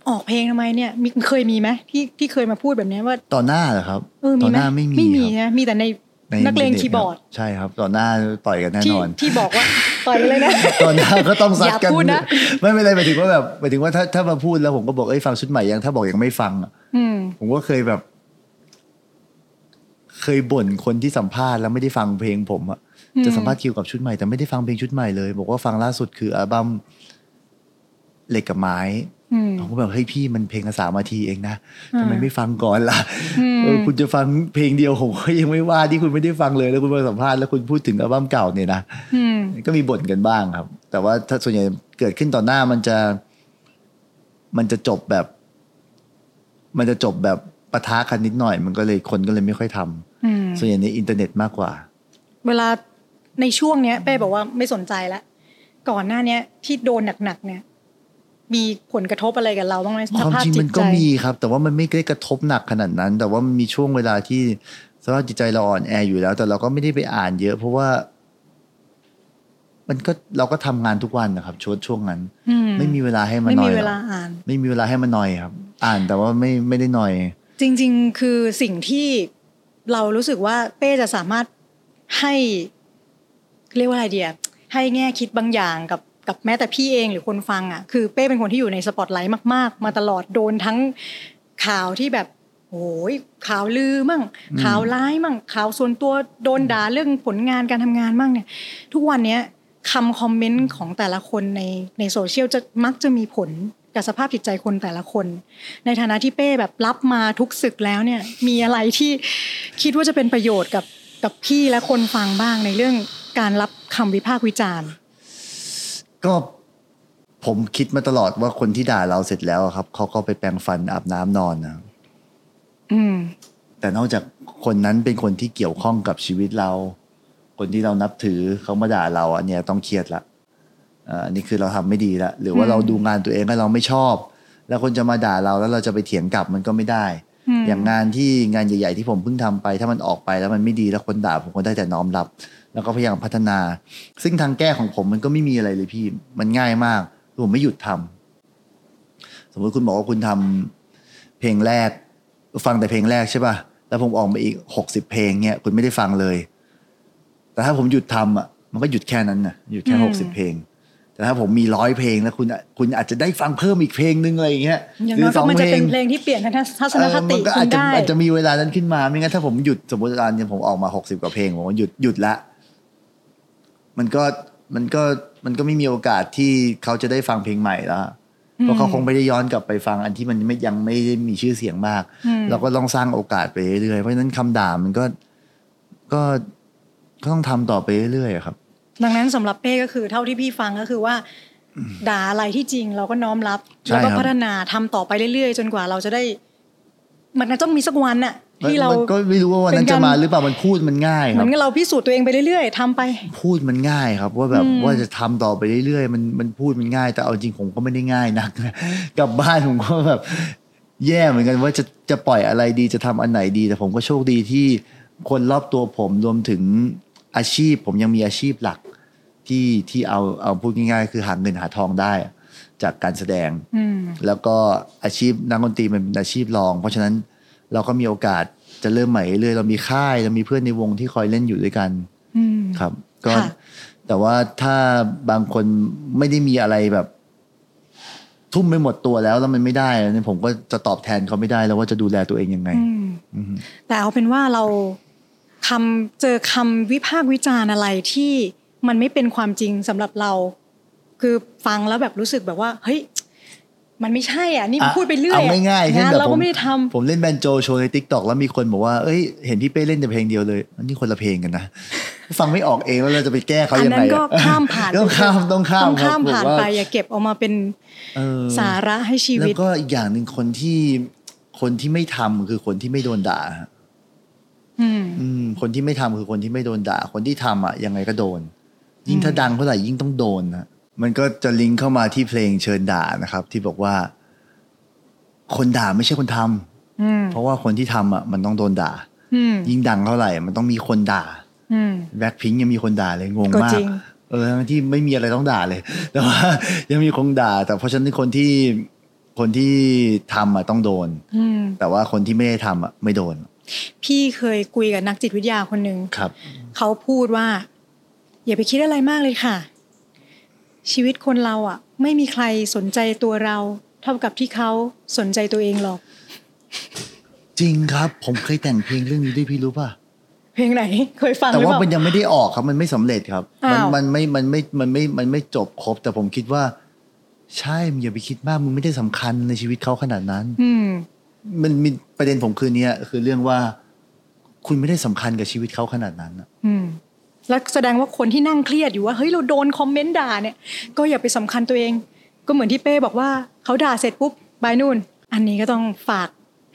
S3: ออกเพลงทำไมเนี่ยมีเคยมีไหมที่ที่เคยมาพูดแบบเนี้ยว่า
S2: ต่อหน้าเหรอครับ
S3: เออ
S2: ต่
S3: มี
S2: อ
S3: ไห
S2: น้าไม่มี
S3: ไม่มี
S2: ครับ
S3: นะมีแต่ใน
S2: ใน
S3: นักเลง
S2: ด็
S3: คีย์บอร์ด
S2: คใช่ครับ ต่อหน้าต่อยกันแน่
S3: ที่
S2: นอน
S3: ที่บอกว่าต่อยกันเลยนะ [laughs]
S2: ต่อหน้าก็ต้องซัดกัน
S3: อย่าพูดนะ
S2: ไม่เป็นไรหมายถึงว่าแบบหมายถึงว่าถ้าถ้ามาพูดแล้วผมก็บอกเอ้ยฟังชุดใหม่ยังถ้าบอกยังไม่ฟังอะ
S3: อืม
S2: ผมก็เคยแบบ เคยบ่นคนที่สัมภาษณ์แล้วไม่ได้ฟังเพลงผมอะ
S3: อืม
S2: จะสัมภาษณ์คิวกับชุดใหม่แต่ไม่ได้ฟังเพลงชุดใหม่เลย บอกว่าฟังล่าสุดคืออัลบั้มเหล็กกับไม้
S3: อืม
S2: ผมก็แบบเฮ้ยพี่มันเพลงละสามนาทีเองนะ
S3: อ่า
S2: ทำไมไม่ฟังก่อนล่ะ
S3: อืม
S2: เออคุณจะฟังเพลงเดียวผมก็ยังไม่ว่าที่คุณไม่ได้ฟังเลยแล้วคุณมาสัมภาษณ์แล้วคุณพูดถึงอัลบั้มเก่าเนี่ยนะ
S3: อืม
S2: ก็มีบ่นกันบ้างครับ แต่ว่าถ้าส่วนใหญ่เกิดขึ้นต่อหน้ามันจะ มันจะจบแบบ มันจะจบแบบปะทะกันนิดหน่อย มันก็เลยคนก็เลยไม่ค่อยทำ
S3: อืม
S2: ส่วนใหญ่ในอินเทอร์เน็ตมากกว่า
S3: เวลาในช่วงเนี้ยเป้บอกว่าไม่สนใจแล้วก่อนหน้าเนี้ยที่โดนหนักๆเนี่ย มีผลกระทบอะไรกับเราบ้างไหมส
S2: ความ
S3: ภาพ
S2: จริง
S3: จิ
S2: มั
S3: ต
S2: น
S3: ใจ
S2: ก็มีครับ แต่ว่ามันไม่ได้กระทบหนักขนาดนั้น แต่ว่ามันมีช่วงเวลาที่สภาพจิตใจเราอ่อนแออยู่แล้ว แต่เราก็ไม่ได้ไปอ่านเยอะ เพราะว่า มันก็เราก็ทำงานทุกวันนะครับช่วงช่วงนั้น
S3: อื
S2: ไม่มีเวลาให้มัน
S3: ไม่
S2: นอ
S3: มี
S2: ย
S3: เว
S2: หร
S3: ลา
S2: อก
S3: อ่าน
S2: ไม่มีเวลาให้มันนอยครับ อ่านแต่ว่าไม่ไม่ได้นอย
S3: จริง ๆ คือสิ่งที่เรารู้สึกว่าเป้จะสามารถให้เรียกว่าอะไรเดียให้แง่คิดบางอย่างกับกับแม้แต่พี่เองหรือคนฟังอ่ะคือเป้เป็นคนที่อยู่ในสปอตไลท์มาก ๆ มาตลอดโดนทั้งข่าวที่แบบโอ้ยข่าวลือมั่ง
S2: อืม
S3: ข่าวร้ายมั่งข่าวส่วนตัวโดนด่าเรื่องผลงานการทำงานมั่งเนี่ย ทุกวันเนี้ยคำคอมเมนต์ของแต่ละคนในในโซเชียลจะมักจะมีผลกับสภาพจิตใจคนแต่ละคน ในฐานะที่เป้แบบรับมาทุกศึกแล้วเนี่ย มีอะไรที่คิดว่าจะเป็นประโยชน์กับกับพี่และคนฟังบ้างในเรื่องการรับคำวิพากษ์วิจารณ์
S2: ก็ผมคิดมาตลอดว่าคนที่ด่าเราเสร็จแล้วอะครับเขาก็ไปแปรงฟันอาบน้ำนอนนะครับ
S3: อืม
S2: แต่นอกจากคนนั้นเป็นคนที่เกี่ยวข้องกับชีวิตเรา คนที่เรานับถือเขามาด่าเราอันเนี้ยต้องเครียดละเอ่ออันนี้คือเราทำไม่ดีละหรือว่า
S3: อืม
S2: เราดูงานตัวเองแล้วเราไม่ชอบ แล้วคนจะมาด่าเราแล้วเราจะไปเถียงกลับมันก็ไม่ได้
S3: อืม
S2: อย่างงานที่งานใหญ่ ๆ ที่ผมเพิ่งทำไป ถ้ามันออกไปแล้วมันไม่ดีแล้วคนด่าผมก็ได้แต่น้อมรับ แล้วก็พยายามพัฒนา ซึ่งทางแก้ของผมมันก็ไม่มีอะไรเลยพี่ มันง่ายมากผมไม่หยุดทำสมมติคุณบอกว่าคุณทำเพลงแรก ฟังแต่เพลงแรกใช่ป่ะ แล้วผมออกมาอีกหกสิบเพลงเนี่ยคุณไม่ได้ฟังเลย แต่ถ้าผมหยุดทำอ่ะ มันก็หยุดแค่นั้นนะหยุดแค่
S3: อืม
S2: หกสิบเพลง แต่ถ้าผมมีร้อยเพลงแล้วคุณคุณอาจจะได้ฟังเพิ่มอีกเพลงนึงอะไรอย่างเงี้ย
S3: อย่าง
S2: หรื
S3: น้อย
S2: ส
S3: ก็
S2: ง
S3: มันจะ
S2: พล
S3: เป็
S2: ง
S3: นเพลงที่เปลี่ยนทัศนค
S2: เออ
S3: ติ
S2: มันก็
S3: คุ
S2: อาจ
S3: ณ
S2: จะ
S3: ได้
S2: อาจจะมีเวลานั้นขึ้นมาไม่งั้นถ้าผมหยุดสมมติตอนนี้ผมออกมาหกสิบกว่าเพลงผมว่าหยุดหยุดละมันก็มันก็มันก็ไม่มีโอกาสที่เขาจะได้ฟังเพลงใหม่แล้วเพราะเขาคงไม่ได้ย้อนกลับไปฟังอันที่มันไม่ยังไม่ได้มีชื่อเสียงมาก
S3: อืม
S2: เราก็ต้องสร้างโอกาสไปเรื่อยๆเพราะฉะนั้นคำด่ามันก็ก็ก็ต้องทำต่อไปเรื่อยๆอะครับ
S3: ดังนั้นสำหรับเป้ก็คือเท่าที่พี่ฟังก็คือว่า ด่าอะไรที่จริงเราก็น้อมรับ
S2: ใช่
S3: แล้วก็
S2: ครับ
S3: พัฒนาทำต่อไปเรื่อยๆ จนกว่าเราจะได้ มันต้องมีสักวันน่ะที่เรา
S2: มันก็ไม่รู้ว่าวันนั้น
S3: เป็น
S2: จะ
S3: การ
S2: มาหรือเปล่ามันพูดมันง่ายค
S3: เห
S2: รั
S3: มื
S2: บ
S3: อนกับเราพิสูจน์ตัวเองไปเรื่อยๆทำไป
S2: พูดมันง่ายครับ ว่าแบบ
S3: อืม
S2: ว่าจะทำต่อไปเรื่อยๆมันมันพูดมันง่าย แต่เอาจริงผมก็ไม่ได้ง่ายนัก [laughs] กลับบ้านผมก็แบบ แย่เหมือนกันว่าจะจะปล่อยอะไรดีจะทำอันไหนดี แต่ผมก็โชคดีที่คนรอบตัวผมรวมถึงอาชีพ ผมยังมีอาชีพหลัก ที่ที่เอาเอาพูดง่ายๆ คือหาเงินหาทองได้ จากการแสดง
S3: อืม
S2: แล้วก็อาชีพนักดนตรีมันเป็นอาชีพรอง เพราะฉะนั้นเราก็มีโอกาสจะเริ่มใหม่เรื่อยๆเรามีค่ายเรามีเพื่อนในวงที่คอยเล่นอยู่ด้วยกัน
S3: อืม
S2: ครับก็
S3: ค่ะ
S2: แต่ว่าถ้าบางคนไม่ได้มีอะไรแบบ ทุ่มไปหมดตัวแล้วแล้วมันไม่ได้เนี่ยผมก็จะตอบแทนเขาไม่ได้แล้วว่าจะดูแลตัวเองยังไง
S3: อืม
S2: อืม
S3: แต่เอาเป็นว่าเราคำเจอคำวิพากษ์วิจารณ์อะไรที่ มันไม่เป็นความจริงสำหรับเรา คือฟังแล้วแบบรู้สึกแบบว่า เฮ้ย มันไม่ใช่อ่ะนี่
S2: อ่ะ
S3: พูดไปเรื่อย
S2: เอาง่ายๆเช่น
S3: งาน
S2: แบบ
S3: เรา
S2: ผม
S3: ก็ไม่ได้ทำ
S2: ผมเล่นแบนโจโชว์ในทิกตอกแล้วมีคนบอกว่าเอ้ยเห็นพี่เป้เล่นแต่เพลงเดียวเลยอันนี้คนละเพลงกันนะ ฟังไม่ออกเองแล้วเราจะไปแก้เขา
S3: อั
S2: ยังไง
S3: นั้นก็
S2: ะ
S3: ข้ามผ่าน
S2: ต้องข้ามต้องข้าม
S3: ต้องข้าม
S2: ครับ
S3: ผ่าน
S2: ผมว่
S3: ไปอย่าเก็บเอามาเป็น
S2: เออ
S3: สาระให้ชี
S2: แล้ว
S3: วิต
S2: ก็อีกอย่างหนึ่งคนที่คนที่ไม่ทำคือคนที่ไม่โดนด่าฮะ
S3: อืม
S2: อืม คนที่ไม่ทำคือคนที่ไม่โดนด่า คนที่ทำอ่ะยังไงก็โดน ยิ่งถ้าดังเท่าไหร่ยิ่งต้องโดนนะมันก็จะลิงก์เข้ามาที่เพลงเชิญด่านะครับ ที่บอกว่า คนด่าไม่ใช่คนทำ
S3: อืม
S2: เพราะว่าคนที่ทำอ่ะมันต้องโดนด่า
S3: อืม
S2: ยิ่งดังเท่าไหร่ มันต้องมีคนด่า
S3: อืม
S2: แบ็คพิงยังมีคนด่าเลยงง
S3: ก็
S2: มา
S3: จ
S2: ก
S3: ริง
S2: เออทั้งที่ไม่มีอะไรต้องด่าเลย แต่ว่า ยังมีคนด่า แต่เพราะฉะนั้นคนที่คนที่ทำอ่ะต้องโดน
S3: อืม
S2: แต่ว่าคนที่ไม่ได้ทำอ่ะไม่โดน
S3: พี่เคยคุยกับนักจิตวิทยาคนหนึ่ง
S2: ครับ
S3: เขาพูดว่า อย่าไปคิดอะไรมากเลยค่ะ ชีวิตคนเราอ่ะ ไม่มีใครสนใจตัวเรา เท่ากับที่เขาสนใจตัวเองหรอก
S2: จริงครับ ผมเคยแต่งเพลงเรื่องนี้ด้วยพี่รู้ป่ะ
S3: เพลงไหน เคยฟังห
S2: แต่
S3: รือ
S2: ว่า
S3: เปล่า
S2: มันยังไม่ได้ออกครับ มันไม่สำเร็จครับ มั
S3: อ้าว
S2: มันไม่มันไม่มันไม่มันไม่จบครบ แต่ผมคิดว่า ใช่มึงอย่าไปคิดมากมึงไม่ได้สำคัญในชีวิตเขาขนาดนั้น
S3: อืม
S2: มันมีประเด็นผมคือเนี้ยคือเรื่องว่า คุณไม่ได้สำคัญกับชีวิตเขาขนาดนั้นอะ
S3: อืม แล้วแสดงว่าคนที่นั่งเครียดอยู่ว่าเฮ้ยเราโดนคอมเมนต์ด่าเนี่ย ก็อย่าไปสำคัญตัวเอง ก็เหมือนที่เป้บอกว่าเขาด่าเสร็จปุ๊บบายนู่น อันนี้ก็ต้องฝาก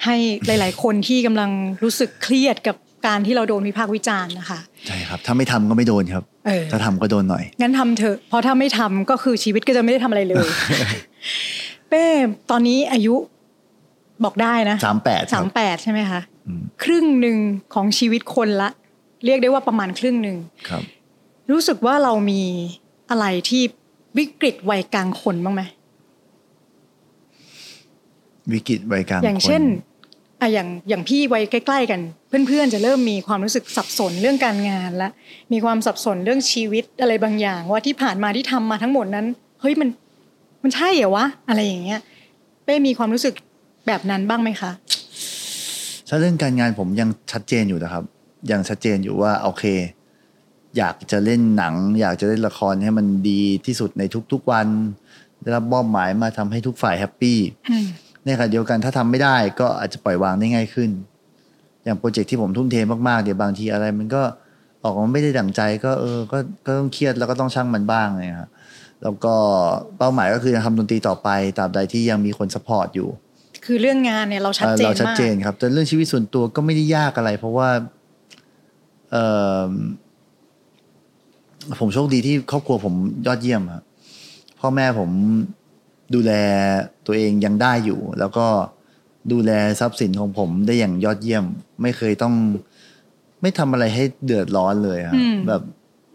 S3: ให้หลาย ๆ คนที่กำลังรู้สึกเครียดกับการที่เราโดนวิพากษ์วิจารณ์นะคะ
S2: ใช่ครับ ถ้าไม่ทำก็ไม่โดนครับ
S3: เออ
S2: ถ้าทำก็โดนหน่อย
S3: งั้นทำเถอะ เพราะถ้าไม่ทำก็คือชีวิตก็จะไม่ได้ทำอะไรเลย [laughs] เป้ตอนนี้อายุบอกได้นะ
S2: สามแปดค
S3: สา
S2: รับ
S3: มแปดใช่ไหมคะ
S2: อืม
S3: ครึ่งหนึ่งของชีวิตคนละ เรียกได้ว่าประมาณครึ่งหนึ่ง
S2: ครับ
S3: รู้สึกว่าเรามีอะไรที่วิกฤตวัยกลางคนบ้างไหม
S2: วิกฤตวัยกลาง
S3: อย่างเช่น
S2: คน
S3: อะอย่างอย่างพี่วัยใกล้ ๆ กัน เพื่อนๆ จะเริ่มมีความรู้สึกสับสนเรื่องการงานละ มีความสับสนเรื่องชีวิตอะไรบางอย่าง ว่าที่ผ่านมาที่ทำมาทั้งหมดนั้น เฮ้ยมันมันใช่เหรอวะ อะไรอย่างเงี้ยเป้มีความรู้สึกแบบนั้นบ้างไหมคะ
S2: ถ้าเรื่องการงานผมยังชัดเจนอยู่นะครับ ยังชัดเจนอยู่ว่าโอเค อยากจะเล่นหนัง อยากจะเล่นละครให้มันดีที่สุดในทุกๆวัน ได้รับมอบหมายมาทำให้ทุกฝ่ายแฮปปี้
S3: อืม
S2: ในขณะเดียวกันถ้าทำไม่ได้ก็อาจจะปล่อยวางได้ง่ายขึ้น อย่างโปรเจกต์ที่ผมทุ่มเทมากๆเดี๋ยวบางทีอะไร มันก็ออกมาไม่ได้ดั่งใจ ก็เออก็ก็ต้องเครียดแล้วก็ต้องช่างมันบ้างเลยครับแล้วก็เป้าหมายก็คือจะทำดนตรีต่อไปตราบใดที่ยังมีคนสปอร์ตอยู่
S3: คือเรื่องงานเนี่ยเราชัดเจน
S2: เราชัด
S3: มาก
S2: เจนครับ แต่เรื่องชีวิตส่วนตัวก็ไม่ได้ยากอะไร เพราะว่าเออผมโชคดีที่ครอบครัวผมยอดเยี่ยมครับพ่อแม่ผมดูแลตัวเองยังได้อยู่ แล้วก็ดูแลทรัพย์สินของผมได้อย่างยอดเยี่ยม ไม่เคยต้อง ไม่ทำอะไรให้เดือดร้อนเลยครั
S3: อื
S2: บ
S3: ม
S2: แบบ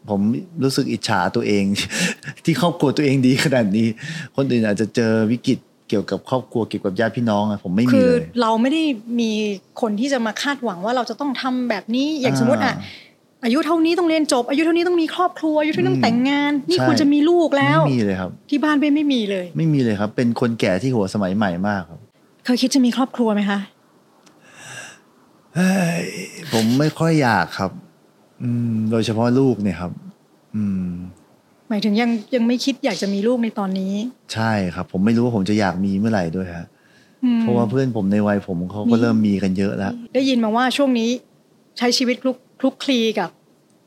S2: ผมรู้สึกอิจฉาตัวเอง [laughs] ที่ครอบครัวตัวเองดีขนาดนี้ คนอื่นอาจจะเจอวิกฤตเกี่ยวกับครอบครัวเกี่ยวกับญาติพี่น้องอะผมไม่มี
S3: คือ
S2: เลย
S3: เราไม่ได้มีคนที่จะมาคาดหวังว่าเราจะต้องทำแบบนี้อย่างสมมติอ่ะ
S2: อ่า
S3: อายุเท่านี้ต้องเรียนจบ อายุเท่านี้ต้องมีครอบครัวอายุเท่านี้ต้องแต่งงาน นี่
S2: ใช่
S3: ควรจะมีลูกแล้ว
S2: ไม่มีเลยครับ
S3: ที่บ้านเป้ไม่มีเลย
S2: ไม่มีเลยครับ เป็นคนแก่ที่หัวสมัยใหม่มากครับ
S3: เคยคิดจะมีครอบครัวไหมคะ
S2: เฮ้ยผมไม่ค่อยอยากครับ อืม โดยเฉพาะลูกเนี่ยครับ อืม
S3: หมายถึงยังยังไม่คิดอยากจะมีลูกในตอนนี้
S2: ใช่ครับ ผมไม่รู้ว่าผมจะอยากมีเมื่อไหร่ด้วยฮะ
S3: อืม
S2: เพราะว่าเพื่อนผมในวัยผมเขาก็เริ่มมีกันเยอะแล้ว
S3: ได้ยินมาว่าช่วงนี้ใช้ชีวิตคลุกคลุกคลีกับ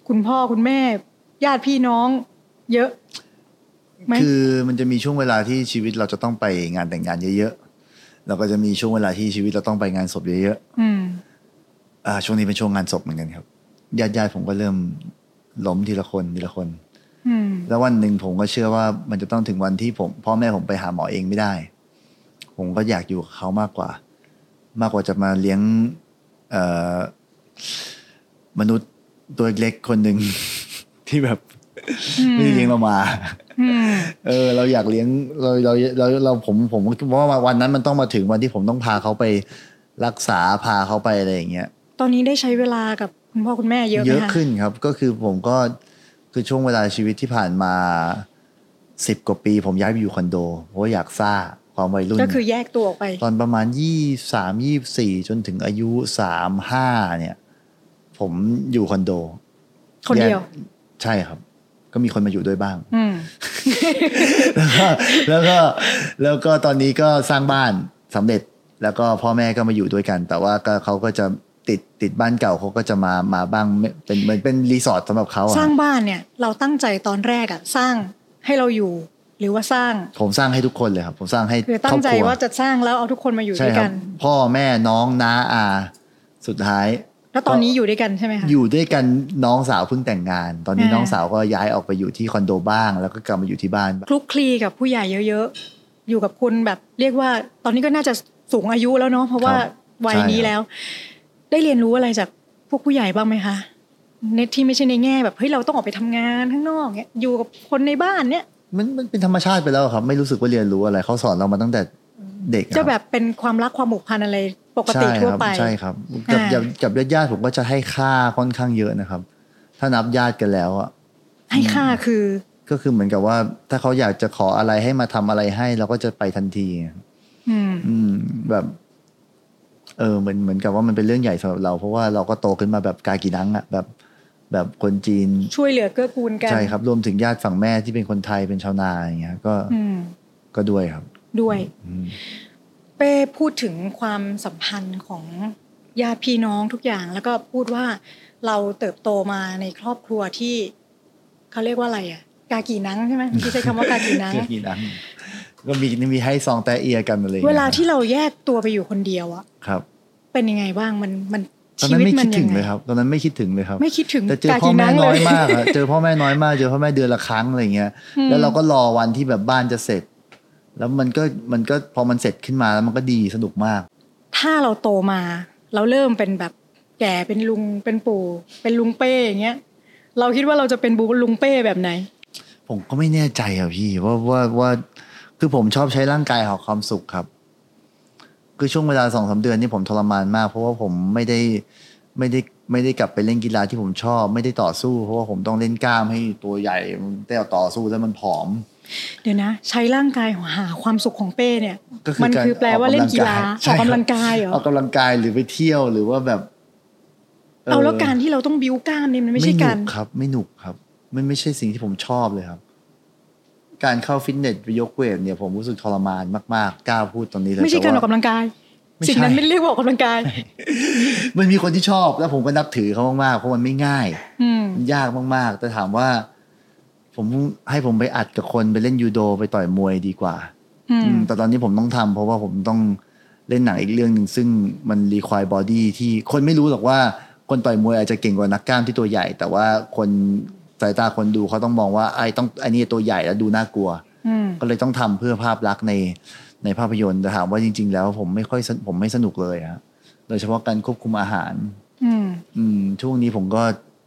S3: คุณพ่อคุณแม่ ญาติพี่น้อง เยอะไหม
S2: คือมันจะมีช่วงเวลาที่ชีวิตเราจะต้องไปงานแต่งงานเยอะๆแล้วก็จะมีช่วงเวลาที่ชีวิตเราต้องไปงานศพเยอะ
S3: อืม
S2: ๆอ่าช่วงนี้เป็นช่วงงานศพเหมือนกันครับญาติๆผมก็เริ่มล้มทีละคนทีละคน
S3: อืม
S2: แล้ววันหนึ่งผมก็เชื่อว่ามันจะต้องถึงวันที่ผมพ่อแม่ผมไปหาหมอเองไม่ได้ ผมก็อยากอยู่กับเขามากกว่า มากกว่าจะมาเลี้ยงเอ่อมนุษย์ตัวเล็กๆคนหนึ่ง [laughs] ที่แบบ
S3: อืม
S2: ไม่ได้เลี้ยงเรามา
S3: อืม
S2: เออเราอยากเลี้ยงเราเราเราเราผมผมว่าวันนั้นมันต้องมาถึงวันที่ผมต้องพาเขาไปรักษาพาเขาไปอะไรอย่างเงี้ย
S3: ตอนนี้ได้ใช้เวลากับคุณพ่อคุณแม่เยอะไหม
S2: เยอะ
S3: คะ
S2: ขึ้นครับก็คือผมก็คือช่วงเวลาชีวิตที่ผ่านมาสิบกว่าปี ผมย้ายไปอยู่คอนโดเพราะว่าอยากซ่าความวัยรุ่น
S3: ก็คือแยกตัวออกไป
S2: ตอนประมาณยี่สามยี่สี่จนถึงอายุสามห้าเนี่ย ผมอยู่คอนโด
S3: คนเดียว
S2: แกใช่ครับ ก็ ก็มีคนมาอยู่ด้วยบ้าง [laughs]
S3: อืม
S2: แล้วก็แล้วก็แล้วก็ตอนนี้ก็สร้างบ้านสำเร็จแล้วก็พ่อแม่ก็มาอยู่ด้วยกัน แต่ว่าก็เขาก็จะติดติดบ้านเก่าเขาก็จะมามาบ้างไม่เป็นเหมือนเป็นรีสอร์ทสำหรับเขาอะ
S3: สร้างบ้านเนี่ย เราตั้งใจตอนแรกอะสร้างให้เราอยู่ หรือว่าสร้าง
S2: ผมสร้างให้ทุกคนเลยครับ ผมสร้างให้
S3: คื
S2: ค
S3: อตั้
S2: รอง บ
S3: ใจ
S2: ครัว
S3: ว่าจะสร้างแล้วเอาทุกคนมาอยู่
S2: ใช่
S3: ด้วย
S2: ครั
S3: กับ น
S2: พ่อแม่น้องน้าอาสุดท้าย
S3: แล้วตอนนี้อยู่ด้วยกันใช่ไหมคะ
S2: อยู่ด้วยกันน้องสาวเพิ่งแต่งงาน ตอนนี้น้องสาวก็ย้ายออกไปอยู่ที่คอนโดบ้าง แล้วก็กลับมาอยู่ที่บ้านบ้าง
S3: คลุกคลีกับผู้ใหญ่เยอะๆ อยู่กับคุณแบบเรียกว่าตอนนี้ก็น่าจะสูงอายุแล้วเนาะเพราะว่า
S2: ครับ
S3: วัยนี้
S2: ใช่ครับ
S3: แล้ว ได้เรียนรู้อะไรจากพวกผู้ใหญ่บ้างไหมคะในที่ไม่ใช่ในแง่แบบเฮ้ยเราต้องออกไปทำงานข้างนอกเนี่ยอยู่กับคนในบ้านเนี่ย
S2: มันมันเป็นธรรมชาติไปแล้วครับ ไม่รู้สึกว่าเรียนรู้อะไรเขาสอนเรามาตั้งแต่เด็กอ
S3: จะแบบเป็นความรักความผูกพันอะไรปกติทั่วไป
S2: ใช่ครับใช่ครับ
S3: อ่า
S2: กับกับญาติญาติๆผมก็จะให้ค่าค่อนข้างเยอะนะครับ ถ้านับญาติกันแล้วอ่ะ
S3: ให้ค่าคือ
S2: ก็คือเหมือนกับว่า ถ้าเขาอยากจะขออะไรให้มาทำอะไรให้ เราก็จะไปทันที
S3: อืม
S2: อืมแบบ เออเหมือนเหมือนกับว่ามันเป็นเรื่องใหญ่สำหรับเรา เพราะว่าเราก็โตขึ้นมาแบบกากีนังอ่ะแบบ แบบคนจีน
S3: ช่วยเหลือเกื้อกูลกัน
S2: ใช่ครับ รวมถึงญาติฝั่งแม่ที่เป็นคนไทยเป็นชาวนาอย่างเงี้ยก็
S3: อืม
S2: ก็ด้วยครับ
S3: ด้วย
S2: อืม
S3: เป้พูดถึงความสัมพันธ์ของญาติพี่น้องทุกอย่าง แล้วก็พูดว่าเราเติบโตมาในครอบครัวที่เขาเรียกว่าอะไรอ่ะ กากีนังใช่ไหมที่ใช้คำว่ากากีนัง
S2: กากีนังก็มีมีให้ซองแต่เอียกันอะไรอย่ง
S3: เว
S2: งี้ย
S3: ลาที่เราแยกตัวไปอยู่คนเดียวอะ
S2: ครับ
S3: เป็นยังไงบ้างมันมัน
S2: ตอน
S3: ชี
S2: นั้น
S3: วิต
S2: ไม่
S3: มั
S2: คิด
S3: นยั
S2: ถึง
S3: งไง
S2: เลยครับ ตอนนั้นไม่คิดถึงเลยครับ
S3: ไม่คิดถึง
S2: แต่เจอก
S3: า
S2: พ่อ
S3: กี
S2: แม่
S3: นังเล
S2: น้อย ยมากอะเจอพ่อแม่น้อยมาก เจอพ่อแม่เดือนละครั้งอะไรเงี้ย
S3: อืม
S2: แล้วเราก็รอวันที่แบบบ้านจะเสร็จ แล้วมันก็มันก็พอมันเสร็จขึ้นมาแล้วมันก็ดีสนุกมาก
S3: ถ้าเราโตมา เราเริ่มเป็นแบบแก่เป็นลุงเป็นปู่ เป็นลุงเป้อย่างเงี้ยเราคิดว่าเราจะเป็นบูลุงเป้แบบไหน
S2: ผมก็ไม่แน่ใจอะพี่ว่าว่าว่าคือผมชอบใช้ร่างกายหาความสุขครับ คือช่วงเวลาสองสาเดือนนี่ผมทรมานมาก เพราะว่าผมไม่ได้ไม่ได้ไม่ได้กลับไปเล่นกีฬาที่ผมชอบ ไม่ได้ต่อสู้ เพราะว่าผมต้องเล่นกล้ามให้ตัวใหญ่มันได้ต่อสู้แล้วมันผอม
S3: เดี๋ยวนะ ใช้ร่างกายหาความสุขของเป้เนี่ย
S2: ก็คือ
S3: มัน
S2: การ
S3: คือแปลว่าเล่นกีฬา
S2: ใช่
S3: ออก
S2: ครับ
S3: กำลังกายเหรอ
S2: ออกกำลังกายหรือไปเที่ยวหรือว่าแบบ
S3: เอาแล้วการที่เราต้องบิวกล้ามเนี่ยมันไม่ใช่การ
S2: หนุครับ ไม่หนุกครับ มันไม่ใช่สิ่งที่ผมชอบเลยครับ การเข้าฟิตเนสไปยกเวทเนี่ยผมรู้สึกทรมานมากๆกล้าพูดตรงนี้เลย
S3: ไม่ใช่การอ
S2: แต่
S3: อก
S2: ว่
S3: กำลังกาย
S2: ไม่ใช่
S3: สิ่งนั้นไม่เรียกว่าออกกำลังกาย
S2: มันมีคนที่ชอบแล้วผมก็นับถือเขามากๆเพราะมันไม่ง่าย
S3: อืม
S2: มันยากมากๆ แต่ถามว่า ผมให้ผมไปอัดกับคนไปเล่นยูโดไปต่อยมวยดีกว่า
S3: อืม
S2: อืมแต่ตอนนี้ผมต้องทำเพราะว่าผมต้องเล่นหนังอีกเรื่องหนึ่งซึ่งมันรีควายบอดี้ที่คนไม่รู้หรอกว่าคนต่อยมวยอาจจะเก่งกว่านักกล้ามที่ตัวใหญ่ แต่ว่าคนสายตาคนดูเขาต้องมองว่าไอ้ต้องไอ้นี่ตัวใหญ่แล้วดูน่ากลัว
S3: อืม
S2: ก็เลยต้องทำเพื่อภาพลักษณ์ในในภาพยนตร์แต่ถามว่าจริง ๆ แล้วผมไม่ค่อยสนผมไม่สนุกเลยฮะโดยเฉพาะการควบคุมอาหาร
S3: อืม
S2: อืมช่วงนี้ผมก็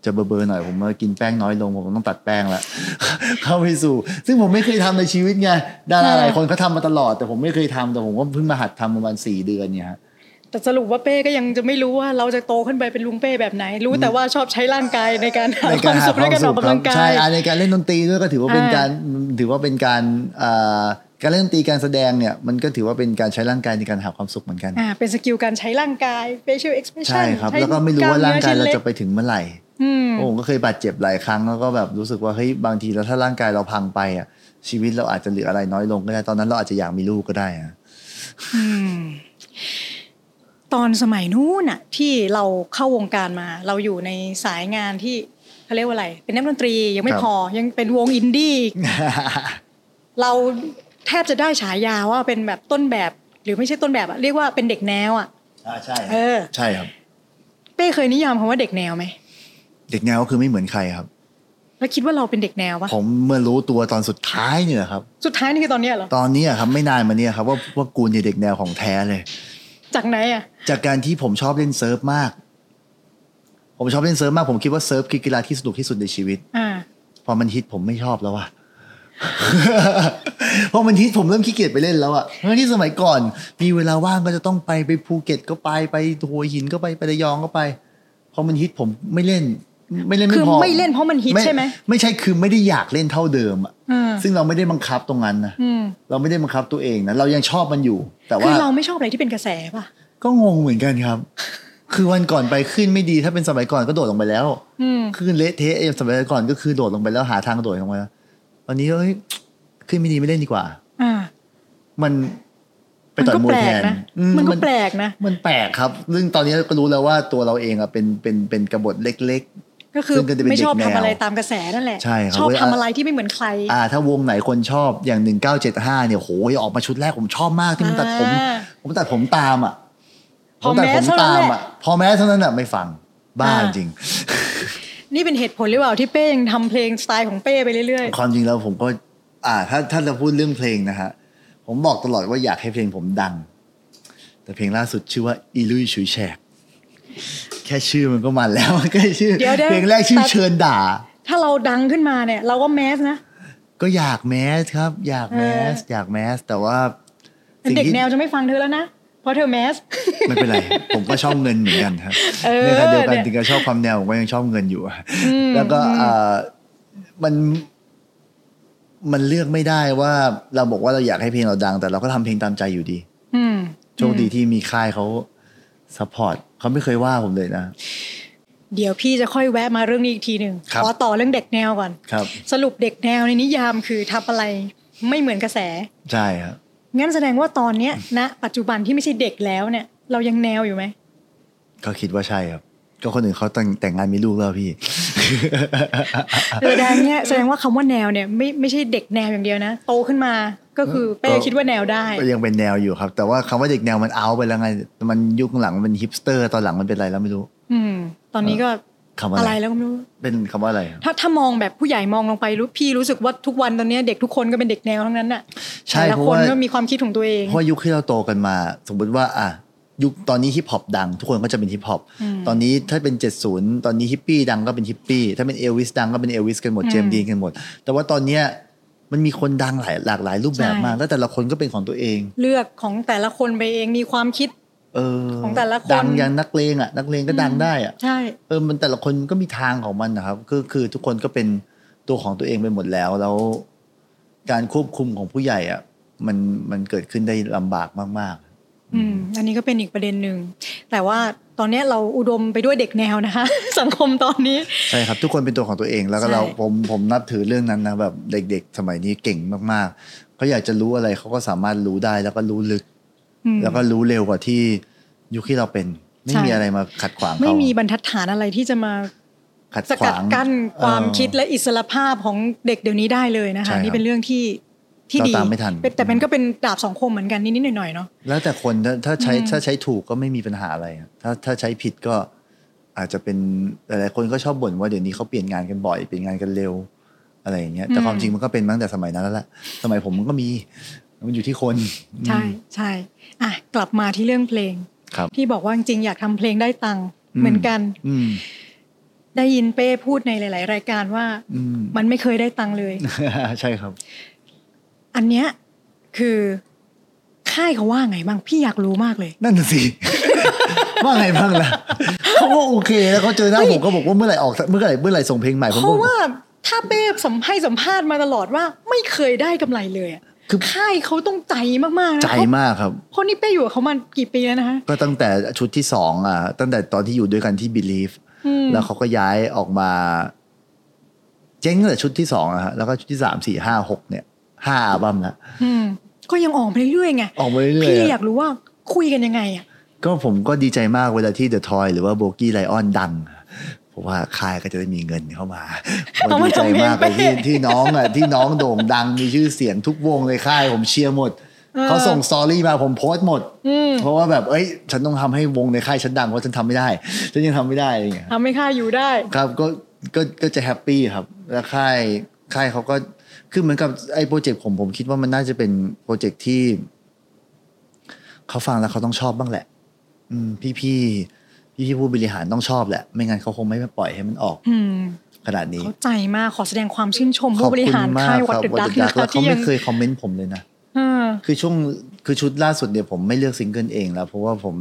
S2: จะเบอร์ๆหน่อยผมมากินแป้งน้อยลง ผมต้องตัดแป้งละ [laughs] เข้าไปสู่ ซึ่งผมไม่เคยทำในชีวิตไงดาราหลายคนเขาทำมาตลอด แต่ผมไม่เคยทำแต่ผมก็เพิ่งมาหัดทำประมาณสี่เดือนเนี่ยฮะ
S3: แต่สรุปว่าเป้ก็ยังจะไม่รู้ว่าเราจะโตขึ้นไปเป็นลุงเป้แบบไหน รู้แต่ว่าชอบใช้ร่างกายในการหาความสุขด้วยการออกกำลังกา
S2: ใช่
S3: ย
S2: อ่ะในการเล่นดนตรีด้วยก็ถือว่าเป็น
S3: อ่า
S2: การถือว่าเป็นการอ่าการเล่นดนตรีการแสดงเนี่ยมันก็ถือว่าเป็นการใช้ร่างกายในการหาความสุขเหมือนกัน
S3: อ่าเป็นสกิลการใช้ร่างกาย facial expression
S2: ใช่ครับ
S3: ใช้
S2: แล้วก็ไม่รู้ว่าร่างกายเราจะไปถึงเมื่อไหร่
S3: อืม
S2: ผมก็เคยบาดเจ็บหลายครั้งแล้วก็แบบรู้สึกว่าเฮ้ยบางทีแล้วถ้าร่างกายเราพังไปอ่ะ ชีวิตเราอาจจะเหลืออะไรน้อยลงก็ได้ตอนนั้นเราอาจจะอยากมีลูกก็ได้อะ
S3: อืมตอนสมัยนู้นน่ะ ที่เราเข้าวงการมา เราอยู่ในสายงานที่เขาเรียกว่าอะไร เป็นนักดนตรียังไม่พอยังเป็นวงอินดี้อีกเราแทบจะได้ฉายาว่าเป็นแบบต้นแบบ หรือไม่ใช่ต้นแบบอะเรียกว่าเป็นเด็กแนวอะ
S2: อ่าใช่
S3: เออ
S2: ใช่ครับ
S3: เป้เคยนิยามคำว่าเด็กแนวไหม
S2: เด็กแนวก็คือไม่เหมือนใครครับ
S3: แล้วคิดว่าเราเป็นเด็กแนวปะ
S2: ผมเมื่อรู้ตัวตอนสุดท้ายเนี่ยครับ
S3: สุดท้ายนี่คือตอนเนี้ยเหรอ
S2: ตอนนี้อะครับไม่นานมาเนี่ยครับว่าว่ากูเนี่ยเด็กแนวของแท้เลย
S3: จากไหนอะ
S2: จากการที่ผมชอบเล่นเซิร์ฟมาก ผมชอบเล่นเซิร์ฟมากผมคิดว่าเซิร์ฟคือกีฬาที่สนุกที่สุดในชีวิต
S3: อ่า
S2: พอมันฮิตผมไม่ชอบแล้วอะ [laughs] พอมันฮิตผมเริ่มขี้เกียจไปเล่นแล้วอะทั้งที่สมัยก่อน มีเวลาว่างก็จะต้องไปไปภูเก็ตก็ไปไปหัวหินก็ไปไประยองก็ไป พอมันฮิตผมไม่เล่น ไม่เล่น
S3: คือ
S2: ไม่พอ
S3: ไม่เล่นเพราะมันฮิตใช่ไหม
S2: ไม่ใช่คือไม่ได้อยากเล่นเท่าเดิมอะ
S3: อ่า
S2: ซึ่งเราไม่ได้บังคับตรงนั้นนะ
S3: อืม
S2: เราไม่ได้บังคับตัวเองนะเรายังชอบมันอยู่ แต่
S3: คือ
S2: ว่า
S3: เราไม่ชอบอะไรที่เป็นกระแสปะ
S2: ก็งงเหมือนกันครับ คือวันก่อนไปขึ้นไม่ดีถ้าเป็นสมัยก่อนก็โดดลงไปแล้วขึ้นเละเทะเอ้ยสมัยก่อนก็คือโดดลงไปแล้วหาทางโดดลงไปแล้ววันนี้เอ้ยขึ้นไม่ดีไม่เล่นดีกว่า
S3: อ่า
S2: มันไป
S3: มัน
S2: ต่อ
S3: ก็
S2: ยมว
S3: แป
S2: ย
S3: ล
S2: แท
S3: ก
S2: น
S3: นะ
S2: อื
S3: มันก็แปลกนะ
S2: มันแปลกครับซึ่งตอนนี้ก็รู้แล้วว่าตัวเราเองอะเป็นเป็นเป็นกบฏเล็ก
S3: ก็คือ
S2: ซึ่งก็จะเป็น
S3: ไม่ชอบ
S2: เด็ก
S3: ทำ
S2: แนว
S3: อะไรตามกระแสนั่นแหละ
S2: ใช่ครับ
S3: อบ
S2: เว้ย
S3: ทำ
S2: อ่ะ
S3: อะไรที่ไม่เหมือนใคร
S2: ๆ อ่า ถ้าวงไหนคนชอบอย่าง 1975เนี่ยโหยออกมาชุดแรกผมชอบมากที่มันตัดผม
S3: อ่า
S2: ผมตัดผมตามอ่ะ
S3: พอแม้
S2: ผตัดผ
S3: เท่านั้นแหละ
S2: อ่ะ พอแม้เท่านั้นอ่ะไม่ฟังบ้า
S3: อ่า
S2: จริง
S3: นี่เป็นเหตุผลหรือเปล่าที่เป้ยังทำเพลงสไตล์ของเป้ไปเรื่อย
S2: ความจริงแล้วผมก็ อ่า ถ้าถ้าจะพูดเรื่องเพลงนะฮะ ผมบอกตลอดว่าอยากให้เพลงผมดัง แต่เพลงล่าสุดชื่อว่าอีลุยชุยแฉกแค่ชื่อมันก็มันแล้ว [laughs] แค่ชื่อ
S3: เดี๋ยวเดี๋ยว
S2: เพลงแรกชื่อ
S3: ตัด
S2: เชิญด่า
S3: ๆ ถ้าเราดังขึ้นมาเนี่ย เราก็แมสนะ
S2: ก็อยากแมสครับ อยากแมส อยากแมส แต่ว่า
S3: เป็นเด็ก
S2: ที่
S3: แนวจะไม่ฟังเธอแล้วนะ เพราะเธอแมส
S2: ไม่เป็นไร ผมก็ชอบเงินเหมือนกันครับ
S3: เออ
S2: ในขณะเดียวกัน
S3: เนี่ย
S2: ถึงจะชอบความแนวผมก็ยังชอบเงินอยู่อะแล้วก็อ่ามัน มันเลือกไม่ได้ว่าเราบอกว่าเราอยากให้เพลงเราดัง แต่เราก็ทำเพลงตามใจอยู่ดี
S3: อืม
S2: โชคดีที่มีค่ายเขาซัพพอร์ตเขาไม่เคยว่าผมเลยนะ
S3: เดี๋ยวพี่จะค่อยแวะมาเรื่องนี้อีกทีหนึ่ง
S2: ครับ
S3: ขอต่อเรื่องเด็กแนวก่อน
S2: ครับ
S3: สรุปเด็กแนวในนิยามคือทำอะไรไม่เหมือนกระแส
S2: ใช่ครับ
S3: งั้นแสดงว่าตอนเนี้ยณปัจจุบันที่ไม่ใช่เด็กแล้วเนี่ย เรายังแนวอยู่ไหม
S2: ก็คิดว่าใช่ครับ ก็คนอื่นเขาแต่งแต่งงานมีลูกแล้วพี่
S3: แสดงเนี่ยแสดงว่าคำว่าแนวเนี่ยไม่ไม่ใช่เด็กแนวอย่างเดียวนะ โตขึ้นมาก็คือเป้
S2: ก็
S3: คิดว่าแนวได้
S2: ก็ยังเป็นแนวอยู่ครับ แต่ว่าคำว่าเด็กแนวมันเอาไปแล้วไง มันยุคหลังมันเป็นฮิปสเตอร์ตอนหลังมันเป็นอะไรแล้วไม่รู้
S3: อืม ตอนนี้ก็
S2: คำว่า
S3: อะ
S2: อะไร ไร
S3: แล้วก็ไม่รู้
S2: เป็นคำว่าอะไรครับ
S3: ถ้าถ้ามองแบบผู้ใหญ่มองลงไปรู้พี่รู้สึกว่าทุกวันตอนเนี้ยเด็กทุกคนก็เป็นเด็กแนวทั้งนั้นน่ะ
S2: ใช่
S3: แต่ละ
S2: เพราะ
S3: คน
S2: ว่า
S3: ก็มีความคิดของตัวเอง
S2: เพราะว่ายุคที่เราโตกันมา สมมติว่าอ่ะยุคตอนนี้ฮิปฮอปดัง ทุกคนก็จะเป็นฮิปฮอปตอนนี้ถ้าเป็น 70 ตอนนี้ฮิปปี้ดังก็เป็นฮิปปี้ถ้าเป็นเอลวิสดังก็เป็นเอลวิสกันหมดเจมดีกันหมด แต่ว่าตอนเนี้ยมันมีคนดังหลายหลากหลายรูปแบบ
S3: ใช่
S2: มากแล้วแต่ละคนก็เป็นของตัวเอง
S3: เลือกของแต่ละคนไปเองมีความคิด
S2: เออ
S3: ของแต่ละคน
S2: ดังอย่างนักเลงอ่ะนักเลงก็ดังได้อ่ะ
S3: ใช่
S2: เออมันแต่ละคนก็มีทางของมันนะครับคือคือทุกคนก็เป็นตัวของตัวเองไปหมดแล้ว แล้ว การควบคุมของผู้ใหญ่อะมันมันเกิดขึ้นได้ลำบากมาก
S3: อืมอันนี้ก็เป็นอีกประเด็นหนึ่งแต่ว่าตอนเนี้ยเราอุดมไปด้วยเด็กแนวนะคะ [laughs] สังคมตอนนี้
S2: ๆ ใช่ครับ ทุกคนเป็นตัวของตัวเอง แล้วก็
S3: ใช่
S2: เราผมผมนับถือเรื่องนั้นนะแบบเด็ก ๆ สมัยนี้เก่งมากๆเขาอยากจะรู้อะไรเขาก็สามารถรู้ได้แล้วก็รู้ลึก
S3: อืม
S2: แล้วก็รู้เร็วกว่าที่ยุคที่เราเป็น ไม่
S3: ใช่
S2: มีอะไรมาขัดขวาง
S3: ไม่
S2: เขา
S3: มีบรรทัดฐานอะไรที่จะมา
S2: ขัด
S3: ส
S2: ข
S3: กัด
S2: วาง
S3: กั้นความ
S2: เออ
S3: คิดและอิสรภาพของเด็กเดี๋ยวนี้ได้เลยนะ
S2: ใช่
S3: คะ
S2: ครับ
S3: นี่เป็นเรื่องที่ที่
S2: เรา
S3: ดี
S2: ตามไม่ทัน
S3: เป็นแต่มันก็เป็นดาบสองคมเหมือนกันนิดๆหน่อยๆเนาะ
S2: แล้วแต่คนถ้าถ้าใช้
S3: อืม
S2: ถ้าใช้ถูกก็ไม่มีปัญหาอะไรอะถ้าถ้าใช้ผิดก็อาจจะเป็นหลายๆคนก็ชอบบ่นว่าเดี๋ยวนี้เขาเปลี่ยนงานกันบ่อยเปลี่ยนงานกันเร็วอะไรอย่างเงี้ยแต่ความจริงมันก็เป็นมาตั้งแต่สมัยนั้นแล้วแหละสมัยผมมันก็มีมันอยู่ที่คน
S3: ใช่ใช่อ่ะกลับมาที่เรื่องเพลง
S2: ครับ
S3: ที่บอกว่าจริงๆอยากทำเพลงได้ตังค์เหมือนกัน
S2: อืม
S3: ได้ยินเป้พูดในหลาย ๆ รายการว่า
S2: อืม
S3: มันไม่เคยได้ตังค์เลย
S2: [laughs] ใช่ครับ
S3: อันเนี้ยคือค่ายเขาว่าไงบ้างพี่อยากรู้มากเลย
S2: นั่นน่ะสิ [laughs] ว่าไงบ้างล่ะ [laughs] เขาก็โอเคแล้วเขาเจอหน้าผมก็บอกว่าเมื่อไหร่ออกเมื่อไหร่เมื่อไหร่ส่งเพลงใหม่ผม
S3: เพ
S2: ก็บอ
S3: ราะ
S2: ก
S3: ว่าถ้าเป้สัมให้สัมภาษณ์มาตลอดว่าไม่เคยได้กำไรเลยอะ
S2: คือ
S3: ค่ายเขาต้องใจมากๆนะ
S2: ใจ
S3: เขา
S2: มากครับ
S3: คนนี้เป้อยู่กับเขามากี่ปีแล้วนะคะ
S2: ก็ตั้งแต่ชุดที่สองอ่ะ ตั้งแต่ตอนที่อยู่ด้วยกันที่ Believe
S3: อืม
S2: แล้วเขาก็ย้ายออกมา เจ๊งตั้งแต่ชุดที่สองอะฮะแล้วก็ชุดที่สามสี่ห้าหกเนี่ยห้าอัลบั้มละ
S3: อืม ก็ยังออกไปเรื่อยๆไง
S2: ออกมาเรื่อย
S3: พี่
S2: ๆ
S3: อยา
S2: อะ
S3: กรู้ว่าคุยกันยังไงอ่ะ
S2: ก็ผมก็ดีใจมากเวลาที่ The Toy หรือว่าโบกี้ไลออนดังเพราะว่าค่ายก็จะได้มีเงินเข้ามา
S3: [laughs] เอา
S2: ผม
S3: มา
S2: ดีใจมากเลย
S3: ทำเพล
S2: ที่
S3: ง
S2: ที่น้องอ่ะที่น้องโด่งดังมีชื่อเสียงทุกวงในค่ายผมเชียร์หมด
S3: เออ
S2: เขาส่งสตอรี่มาผมโพสต์หมด
S3: อืม
S2: เพราะว่าแบบเอ้ย ฉันต้องทำให้วงในค่ายฉันดังเพราะฉันทำไม่ได้ฉันยังทำไม่ได้อะไรอย่างเงี้ย
S3: ทำให้ข้าอยู่ได้
S2: ครับก็ก็ก็จะแฮปปี้ครับ แล้วค่ายค่ายเขาก็คือเหมือนกับไอ้โปรเจกต์ผมผมคิดว่ามันน่าจะเป็นโปรเจกต์ที่เขาฟังแล้วเขาต้องชอบบ้างแหละ อืม พี่พี่พี่พี่ๆผู้บริหารต้องชอบแหละ ไม่งั้นเขาคงไม่ปล่อยให้มันออก
S3: อืม
S2: ขนาดนี้
S3: เข้าใจมากขอแสดงความชื่นชม
S2: ขอ
S3: ผู้
S2: บบ
S3: ริ
S2: คุณ
S3: หาร
S2: มาก
S3: ค่ายวั
S2: ค
S3: ด
S2: รับ
S3: เดอะ
S2: วั
S3: ดั
S2: ด
S3: ก
S2: ดั
S3: นะ
S2: กแล้ว
S3: คะ
S2: เขา
S3: ที่ยั
S2: ไม่
S3: ง
S2: เคยคอมเมนต์ผมเลยนะ
S3: เออ
S2: คือช่วงคือชุดล่าสุดเนี่ยผมไม่เลือกซิงเกิลเองแล้วเพราะว่าผม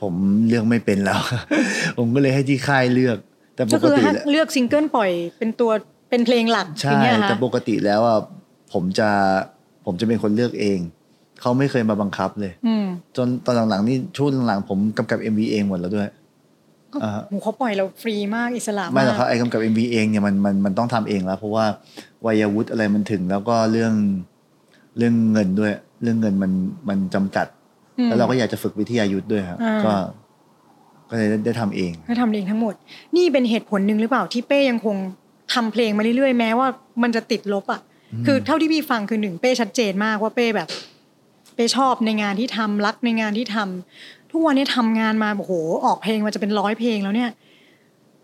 S2: ผมเลือกไม่เป็นแล้ว [laughs] ผมก็เลยให้ที่ค่ายเลือก แต่ป
S3: ก็
S2: ก
S3: คือ
S2: ติ
S3: ถ้า
S2: แล้ว
S3: เลือกซิงเกิลปล่อยเป็นตัวเป็นเพลงหลักอ
S2: ใช่
S3: ย่างเงี้ย
S2: แต่
S3: ค่ะ
S2: ปกติแล้วอ่ะผมจะผมจะเป็นคนเลือกเอง เขาไม่เคยมาบังคับเลย
S3: อืม
S2: จนตอนหลังๆนี่ช่วงหลังๆผมกำกับ MV เองหมดแล้วด้วยอ่าฮะ
S3: โหเขาปล่อยเราฟรีมากอิสระ
S2: ไม่
S3: มา
S2: หรอก
S3: ก
S2: ครับไอ้กำกับ MV เองเนี่ยมันมันมันต้องทำเองแล้ว เพราะว่าวัยวุฒิอะไรมันถึง แล้วก็เรื่องเรื่องเงินด้วย เรื่องเงินมันมันจำกัด
S3: อืม
S2: แล้วเราก็อยากจะฝึกวิทยายุทธ์ด้วยครับ
S3: อ่า
S2: ก็ก็เลยได้ได้ทำเอง
S3: ก็ทำเองทั้งหมด นี่เป็นเหตุผลหนึ่งหรือเปล่าที่เป้ยังคงทำเพลงมาเรื่อยๆ แม้ว่ามันจะติดลบอ่ะ คือเท่าที่พี่ฟังคือหนึ่งเป้ชัดเจนมากว่าเป้แบบ เป้ชอบในงานที่ทำรักในงานที่ทำทุกวันนี้ทำงานมาโอ้โห ออกเพลงมาจะเป็นร้อยเพลงแล้วเนี่ย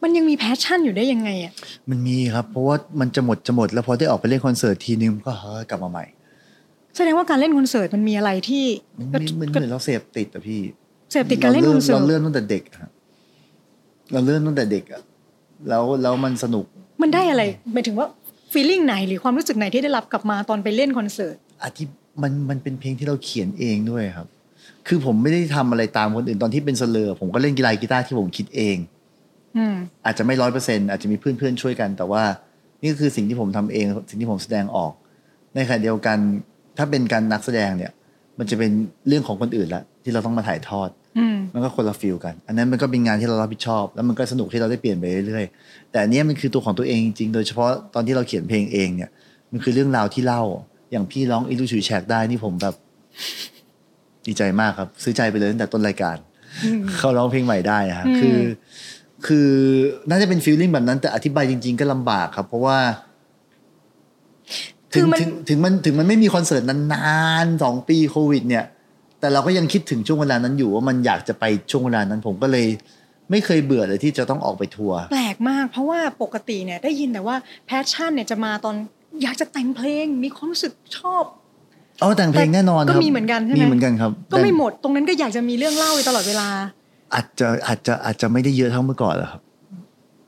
S3: มันยังมีแพชชั่นอยู่ได้ยังไงอ่ะ
S2: มันมีครับ เพราะว่ามันจะหมดจะหมด แล้วพอได้ออกไปเล่นคอนเสิร์ตทีนึงก็เฮ้ยกลับมาใหม่
S3: แสดงว่าการเล่นคอนเสิร์ตมันมีอะไรที่
S2: มัน
S3: ก็
S2: มันมันเห
S3: ก็
S2: มือนเราเสพติดอะพี่
S3: เสพติดการเล่นคอนเสิร์
S2: เราเริ่
S3: ต
S2: มตั้งแต่เด็กอะเราเริ่มตั้งแต่เด็กอะแล้วแล้วมันสนุก
S3: มันได้อะไรหมายถึงว่าฟีลลิ่งไหนหรือความรู้สึกไหนที่ได้รับกลับมาตอนไปเล่นคอนเสิร์ต
S2: อาทิมันมันเป็นเพลงที่เราเขียนเองด้วยครับ คือผมไม่ได้ทำอะไรตามคนอื่นตอนที่เป็นเสลอร์ผมก็เล่นกีฬากีตาร์ที่ผมคิดเอง
S3: อืม
S2: อาจจะไม่ร้อยเปอร์เซ็นต์อาจจะมีเพื่อนๆช่วยกัน แต่ว่านี่คือสิ่งที่ผมทำเอง สิ่งที่ผมแสดงออก ในขณะเดียวกัน ถ้าเป็นการนักแสดงเนี่ย มันจะเป็นเรื่องของคนอื่นละที่เราต้องมาถ่ายทอด
S3: อืม
S2: มันก็คนละฟิลกัน อันนั้นมันก็เป็นงานที่เรารับผิดชอบ แล้วมันก็สนุกที่เราได้เปลี่ยนไปเรื่อยๆ แต่อันเนี้ยมันคือตัวของตัวเองจริงๆ โดยเฉพาะตอนที่เราเขียนเพลงเองเนี่ย มันคือเรื่องราวที่เล่า อย่างพี่ร้องอิลูชูแชกได้นี่ผมแบบ ดีใจมากครับ ซื้อใจไปเลยตั้งแต่ต้นรายการ เขาร้องเพลงใหม่ได้อะครับ
S3: อืม
S2: คือ คือน่าจะเป็นฟีลลิ่งแบบนั้นแต่อธิบายจริง ๆ ก็ลำบากครับ เพราะว่า
S3: คื
S2: ถึ
S3: อง มัน
S2: ถึงถึงมันถึงมันไม่มีคอนเสิร์ตนานๆสองปีโควิด เนี่ย แต่เราก็ยังคิดถึงช่วงเวลานั้นอยู่ว่ามันอยากจะไปช่วงเวลานั้น ผมก็เลย ไม่เคยเบื่อเลยที่จะต้องออกไปทัวร์
S3: แปลกมาก เพราะว่าปกติเนี่ยได้ยินแต่ว่าแพชชั่นเนี่ยจะมาตอนอยากจะแต่งเพลงมีความรู้สึกชอบ
S2: เอ๋อแต่งเพลงแน่นอนครับ
S3: ก็มีเหมือนกันใช่ไหม
S2: มีเหมือนกันครับ
S3: ก็ไม่
S2: แต่
S3: หมดตรงนั้นก็อยากจะมีเรื่องเล่าอยู่ตลอดเวลา
S2: อาจจะอาจจะอาจจะไม่ได้เยอะเท่าเมื่อก่อนแล้วครับ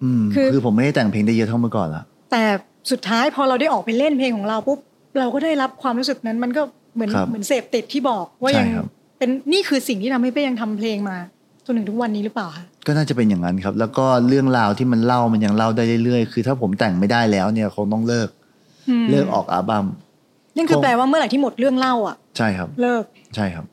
S2: อืม
S3: คือ
S2: คือผมไม่ได้แต่งเพลงได้เยอะเท่าเมื่อก่อนละ
S3: แต่สุดท้ายพอเราได้ออกไปเล่นเพลงของเราปุ๊บเราก็ได้รับความรู้สึกนั้นมันก็เหมือน
S2: ครับ
S3: เหมือนเสพติดที่บอกว่ายัง
S2: ใช่ครับ
S3: เป็นนี่คือสิ่งที่ทำให้เป้ยังทำเพลงมาจนถึงทุกวันนี้หรือเปล่าคะ
S2: ก็น่าจะเป็นอย่างนั้นครับ แล้วก็เรื่องราวที่มันเล่ามันยังเล่าได้เรื่อยๆ คือถ้าผมแต่งไม่ได้แล้วเนี่ยคงต้องเลิก
S3: อืม
S2: เลิกออกอัลบั้ม
S3: นั่นคือแปลว่าเมื่อไหร่ที่หมดเรื่องเล่าอ่ะ
S2: ใช่ครับ
S3: เลิก
S2: ใช่ครับ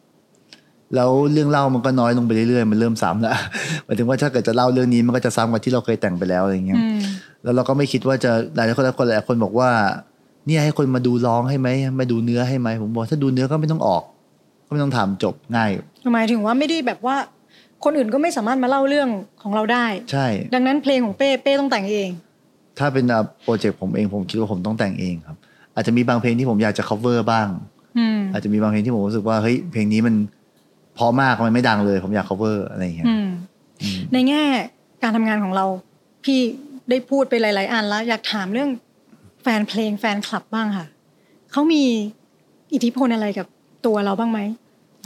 S2: แล้วเรื่องเล่ามันก็น้อยลงไปเรื่อยๆ มันเริ่มซ้ำแล้ว [laughs] หมายถึงว่าถ้าเกิดจะเล่าเรื่องนี้มันก็จะซ้ำกับที่เราเคยแต่งไปแล้วอะไรเงี้ย
S3: อืม
S2: แล้วเราก็ไม่คิดว่าจะหลายคนหลายคนหลายคนบอกว่า เนี่ยให้คนมาดูร้องให้ไหมมาดูเนื้อให้ไหมผมบอกถ้าดูเนื้อก็ไม่ต้องออก ก็ไม่ต้องถามจบง่าย
S3: หมายถึงว่าไม่ได้แบบว่าคนอื่นก็ไม่สามารถมาเล่าเรื่องของเราได้
S2: ใช่
S3: ดังนั้นเพลงของเป้เป้ต้องแต่งเอง
S2: ถ้าเป็นโปรเจกต์ผมเองผมคิดว่าผมต้องแต่งเองครับ อาจจะมีบางเพลงที่ผมอยากจะ cover บ้าง
S3: อืม
S2: อาจจะมีบางเพลงที่ผมรู้สึกว่าเฮ้ยเพลงนี้มันเพอมากมันไม่ดังเลย ผมอยาก cover อะไรอย่างเงี้ย
S3: อืม ในแง่การทำงานของเรา พี่ได้พูดไปหลาย ๆ อันแล้ว อยากถามเรื่องแฟนเพลงแฟนคลับบ้างค่ะเขามีอิทธิพลอะไรกับตัวเราบ้างไหม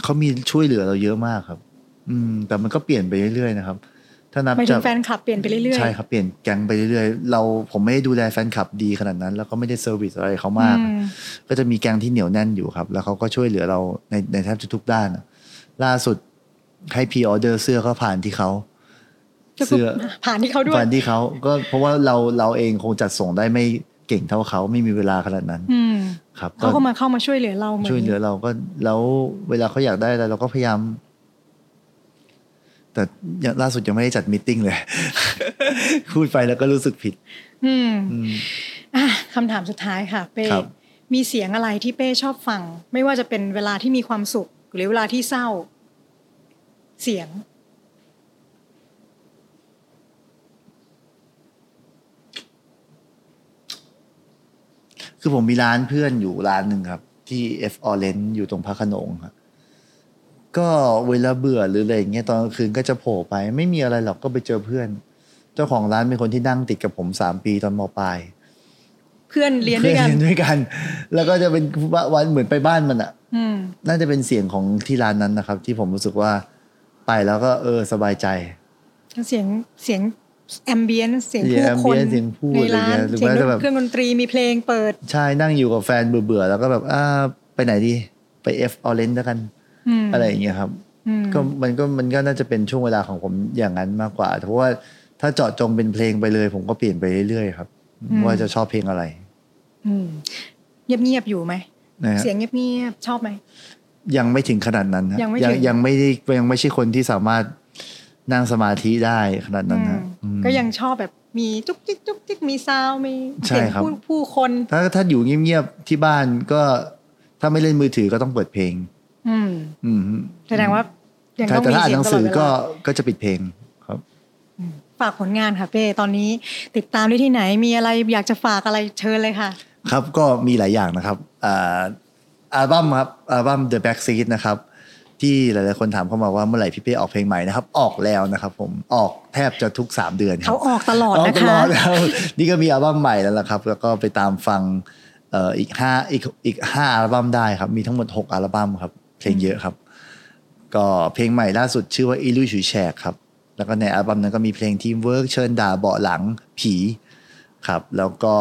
S2: เขามีช่วยเหลือเราเยอะมากครับ อืม แต่มันก็เปลี่ยนไปเรื่อยๆนะครับ ถ้านับ
S3: หมายถึ
S2: จาก
S3: งแฟนคลับเปลี่ยนไปเรื่อยๆ
S2: ใช่ครับ เปลี่ยนแก๊งไปเรื่อยๆ เราผมไม่ได้ดูแลแฟนคลับดีขนาดนั้น แล้วก็ไม่ได้เซอร์วิสอะไรเขามาก
S3: อืม
S2: ก็จะมีแก๊งที่เหนียวแน่นอยู่ครับ แล้วเขาก็ช่วยเหลือเราในในแทบจะทุกด้านอะล่าสุดให้พีออเดอร์เสื้อก็ผ่านที่เขา
S3: ก็คื
S2: เสื้อ
S3: ผ่านที่เขาด้วย
S2: ผ่านที่เขาก็เพราะว่าเราเราเองคงจัดส่งได้ไม่เก่งเท่าเขาไม่มีเวลาขนาดนั้น
S3: อืม
S2: ครับ
S3: เขาก็มาเข้ามาช่วยเหลือเราเหมือน
S2: ช่วยเหลือเราก็แล้วเวลาเขาอยากได้อะไรเราก็พยายาม แต่ยังล่าสุดยังไม่ได้จัดมตติ팅เลย [laughs] พูดไปแล้วก็รู้สึกผิด
S3: อืม
S2: อืม
S3: อ่ะคำถามสุดท้ายค่ะ เป้
S2: ครับ
S3: มีเสียงอะไรที่เป้ชอบฟัง ไม่ว่าจะเป็นเวลาที่มีความสุข หรือเวลาที่เศร้า เสียง
S2: คือผมมีร้านเพื่อนอยู่ร้านหนึ่งครับ ที่ F Orange อยู่ตรงพระโขนงครับก็เวลาเบื่อหรืออะไรอย่างเงี้ยตอนกลางคืนก็จะโผล่ไป ไม่มีอะไรหรอกก็ไปเจอเพื่อน เจ้าของร้านเป็นคนที่นั่งติดกับผมสามปีตอนมปลาย
S3: เพื่อนเรียนด้วยกัน
S2: เรียนด้วยกัน แล้วก็จะเป็นวันเหมือนไปบ้านมันอ่ะ
S3: อืม
S2: น่าจะเป็นเสียงของที่ร้านนั้นนะครับ ที่ผมรู้สึกว่าไปแล้วก็เออสบายใจ
S3: เสียงเสียงแอมเบียนเสียง
S2: เสียง
S3: ผู้คน
S2: ambient เสียงผู้
S3: ใน
S2: อะไร
S3: ร้าน
S2: เงี้ยหรือ
S3: เสียง
S2: ว่าจะแบบ
S3: เครื่องดนตรีมีเพลงเปิด
S2: ใช่นั่งอยู่กับแฟนเบื่อๆแล้วก็แบบอ่าไปไหนดี ไป F Orange แล้วกัน
S3: อืม
S2: อะไรอย่างเงี้ยครับ
S3: อืม
S2: ก็มันก็มันก็น่าจะเป็นช่วงเวลาของผมอย่างนั้นมากกว่า เพราะว่าถ้าเจาะจงเป็นเพลงไปเลย ผมก็เปลี่ยนไปเรื่อยๆครับ ว่าจะชอบเพลงอะไร
S3: อืมเงียบๆอยู่ไหม
S2: นะฮะ
S3: เสียงเงียบๆชอบไหม
S2: ยังไม่ถึงขนาดนั้นฮะ
S3: ยังไม่
S2: ยั
S3: ถึง
S2: ยังไม่ได้ยังไม่ใช่คนที่สามารถนั่งสมาธิได้ขนาดนั้นฮะ
S3: อืม
S2: อืม
S3: ก็ยังชอบแบบมีจุกจิกจุกจิกมีซาวด์มี
S2: ใช่
S3: เสียง
S2: ครับ
S3: ผู้ผู้คน
S2: ถ้าถ้าอยู่เงียบๆที่บ้านก็ถ้าไม่เล่นมือถือก็ต้องเปิดเพลง
S3: อืม
S2: อืม
S3: แสดงว่ายัง
S2: ใช่
S3: ต้อง
S2: แต่
S3: มี
S2: ถ้าอ่าน
S3: เสีย
S2: ห
S3: ง
S2: นัง
S3: ตล
S2: สื
S3: อด
S2: อ
S3: เว
S2: ก็
S3: ลา
S2: ก็จะปิดเพลงครับ
S3: ฝากผลงานค่ะเป้ตอนนี้ติดตามได้ที่ไหนมีอะไรอยากจะฝากอะไรเชิญเลยค่ะ
S2: ครับก็มีหลายอย่างนะครับอ่าอัลบั้มครับอัลบั้ม The Back Seat นะครับ ที่หลายๆคนถามเข้ามาว่าเมื่อไหร่พี่เป้ออกเพลงใหม่นะครับ ออกแล้วนะครับ ผมออกแทบจะทุก 3 เดือนครั
S3: เขา
S2: บ
S3: ออกตลอดนะ
S2: ตล
S3: คะ
S2: อดแล้ว นี่ก็มีอัลบั้มใหม่แล้วล่ะครับ แล้วก็ไปตามฟังเอ่ออีกห้าอีกอีกห้าอัลบั้มได้ครับ มีทั้งหมดหกอัลบั้มครับ เพลงเยอะครับ ก็เพลงใหม่ล่าสุดชื่อว่าอีลุยฉุยแฉกครับ แล้วก็ในอัลบั้มนั้นก็มีเพลงทีมเวิร์กเชิญด่าเบาะหลังผีครับ แล้วก็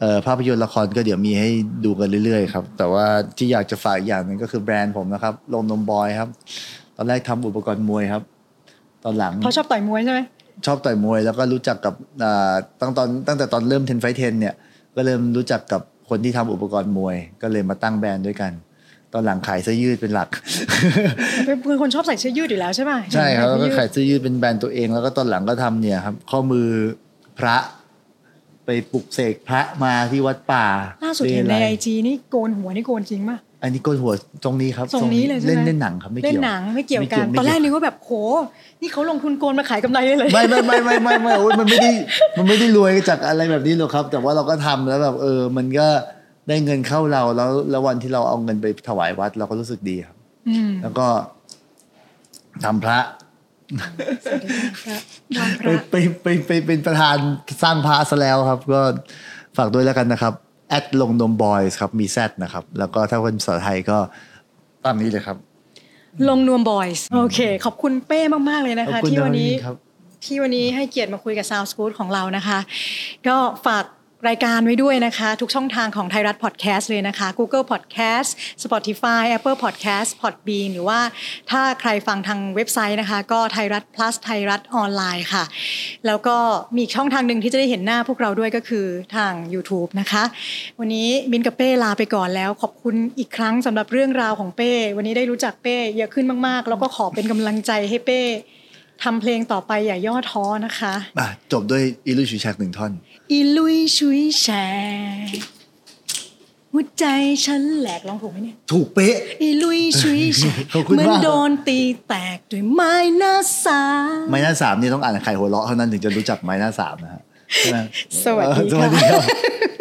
S2: เอ่อภาพยนตร์ละครก็เดี๋ยวมีให้ดูกันเรื่อยๆครับ แต่ว่าที่อยากจะฝากอีกอย่างหนึ่งก็คือแบรนด์ผมนะครับลมนมบอยครับ ตอนแรกทำอุปกรณ์มวยครับ ตอนหลัง
S3: เพราะชอบต่อยมวยใช่ไหม
S2: ชอบต่อยมวยแล้วก็รู้จักกับอ่าตั้งตอนตั้งแต่ตอนเริ่มเทนไฟเทนเนี่ย ก็เริ่มรู้จักกับคนที่ทำอุปกรณ์มวย ก็เลยมาตั้งแบรนด์ด้วยกัน ตอนหลังขายเสื้อยืดเป็นหลัก [laughs]
S3: เป็นคนชอบใส่เสื้อยืดอยู่แล้วใช่ป่ะ
S2: ใช่ครับแล้วก็
S3: เสื้อยืด
S2: ขายเสื้อยืดเป็นแบรนด์ตัวเองแล้วก็ตอนหลังก็ทำเนี่ยครับ ข้อมือพระ ไปปลุกเสกพระมาที่วัดป่า
S3: ล่าสุดเห็นใน
S2: เรไร
S3: ไอจีนี่โกนหัวนี่โกนจริงป่ะ
S2: อันนี้โกนหัวตรงนี้ครับ
S3: ทรงนี้เลยใช่ไหม
S2: เล่นเล่นหนังครับไม่
S3: เล่
S2: เกี่ย
S3: น
S2: ว
S3: หนังไม่เกี่ยวกัน
S2: ไม่เกี่ยว
S3: ตอนแรกนึกว่าแบบโห นี่เขาลงทุนโกนมาขายกำไรได้เลย
S2: ไม่ไม่ไม่ไม่ไม่ไม่โอ้ยมันไม่ได้มันไม่ได้รวยจากอะไรแบบนี้หรอกครับ แต่ว่าเราก็ทำแล้วแบบเออ มันก็ได้เงินเข้าเราแล้วแล้ววันที่เราเอาเงินไปถวายวัด เราก็รู้สึกดีครับ
S3: อืม
S2: แล้วก็ทำพระ
S3: ยอมพ
S2: ไประ ไปไปไปเป็นประธานสร้างพระซะแล้วครับ ก็ฝากด้วยแล้วกันนะครับแอดลงนมบอยส์ครับมีแซดนะครับ แล้วก็ถ้าเป็นภาษาไทยก็ตามนี้เลยครับ
S3: ลงนวมบอยส์โอเค ขอบคุณเป้มาก ๆ เลยนะ
S2: ขอบ
S3: คะ
S2: คุณ
S3: ที่
S2: นะ
S3: วันนี้
S2: ครับ
S3: ที่วันนี้ให้เกียรติมาคุยกับ Sound Scoot ของเรานะคะ ก็ฝากรายการไว้ด้วยนะคะ ทุกช่องทางของไทยรัฐ Podcast เลยนะคะ Google Podcast Spotify Apple Podcast Podbean หรือว่าถ้าใครฟังทางเว็บไซต์นะคะ ก็ไทยรัฐ plus ไทยรัฐออนไลน์ค่ะ แล้วก็มีอีกช่องทางหนึ่งที่จะได้เห็นหน้าพวกเราด้วยก็คือทาง YouTube นะคะ วันนี้มินกับเป้ลาไปก่อนแล้ว ขอบคุณอีกครั้งสำหรับเรื่องราวของเป้ วันนี้ได้รู้จักเป้เยอะขึ้นมากๆ แล้วก็ขอเป็นกำลังใจให้เป้ ทำเพลงต่อไปอย่าย่อท้อนะคะ
S2: อ่ะจบด้วยอีลุยชูชักหนึ่งท่อน
S3: อีลุยชุยแชหัวใจฉันแหลกร้องถูกไหมเนี่ย
S2: ถูกเป๊ะ
S3: อีลุยชุยแช
S2: [laughs] ขอบคุณ
S3: เหมือน
S2: มาก
S3: โดนตีแตกด้วยไม้หน้าสาม
S2: ไม้หน้าสามนี่ต้องอ่านไข่หัวเราะเท่านั้นถึงจะรู้จักไม้หน้าสามนะฮะใช่ไหม
S3: สวัสดี
S2: ส
S3: ค่ะ
S2: วัสดีครับ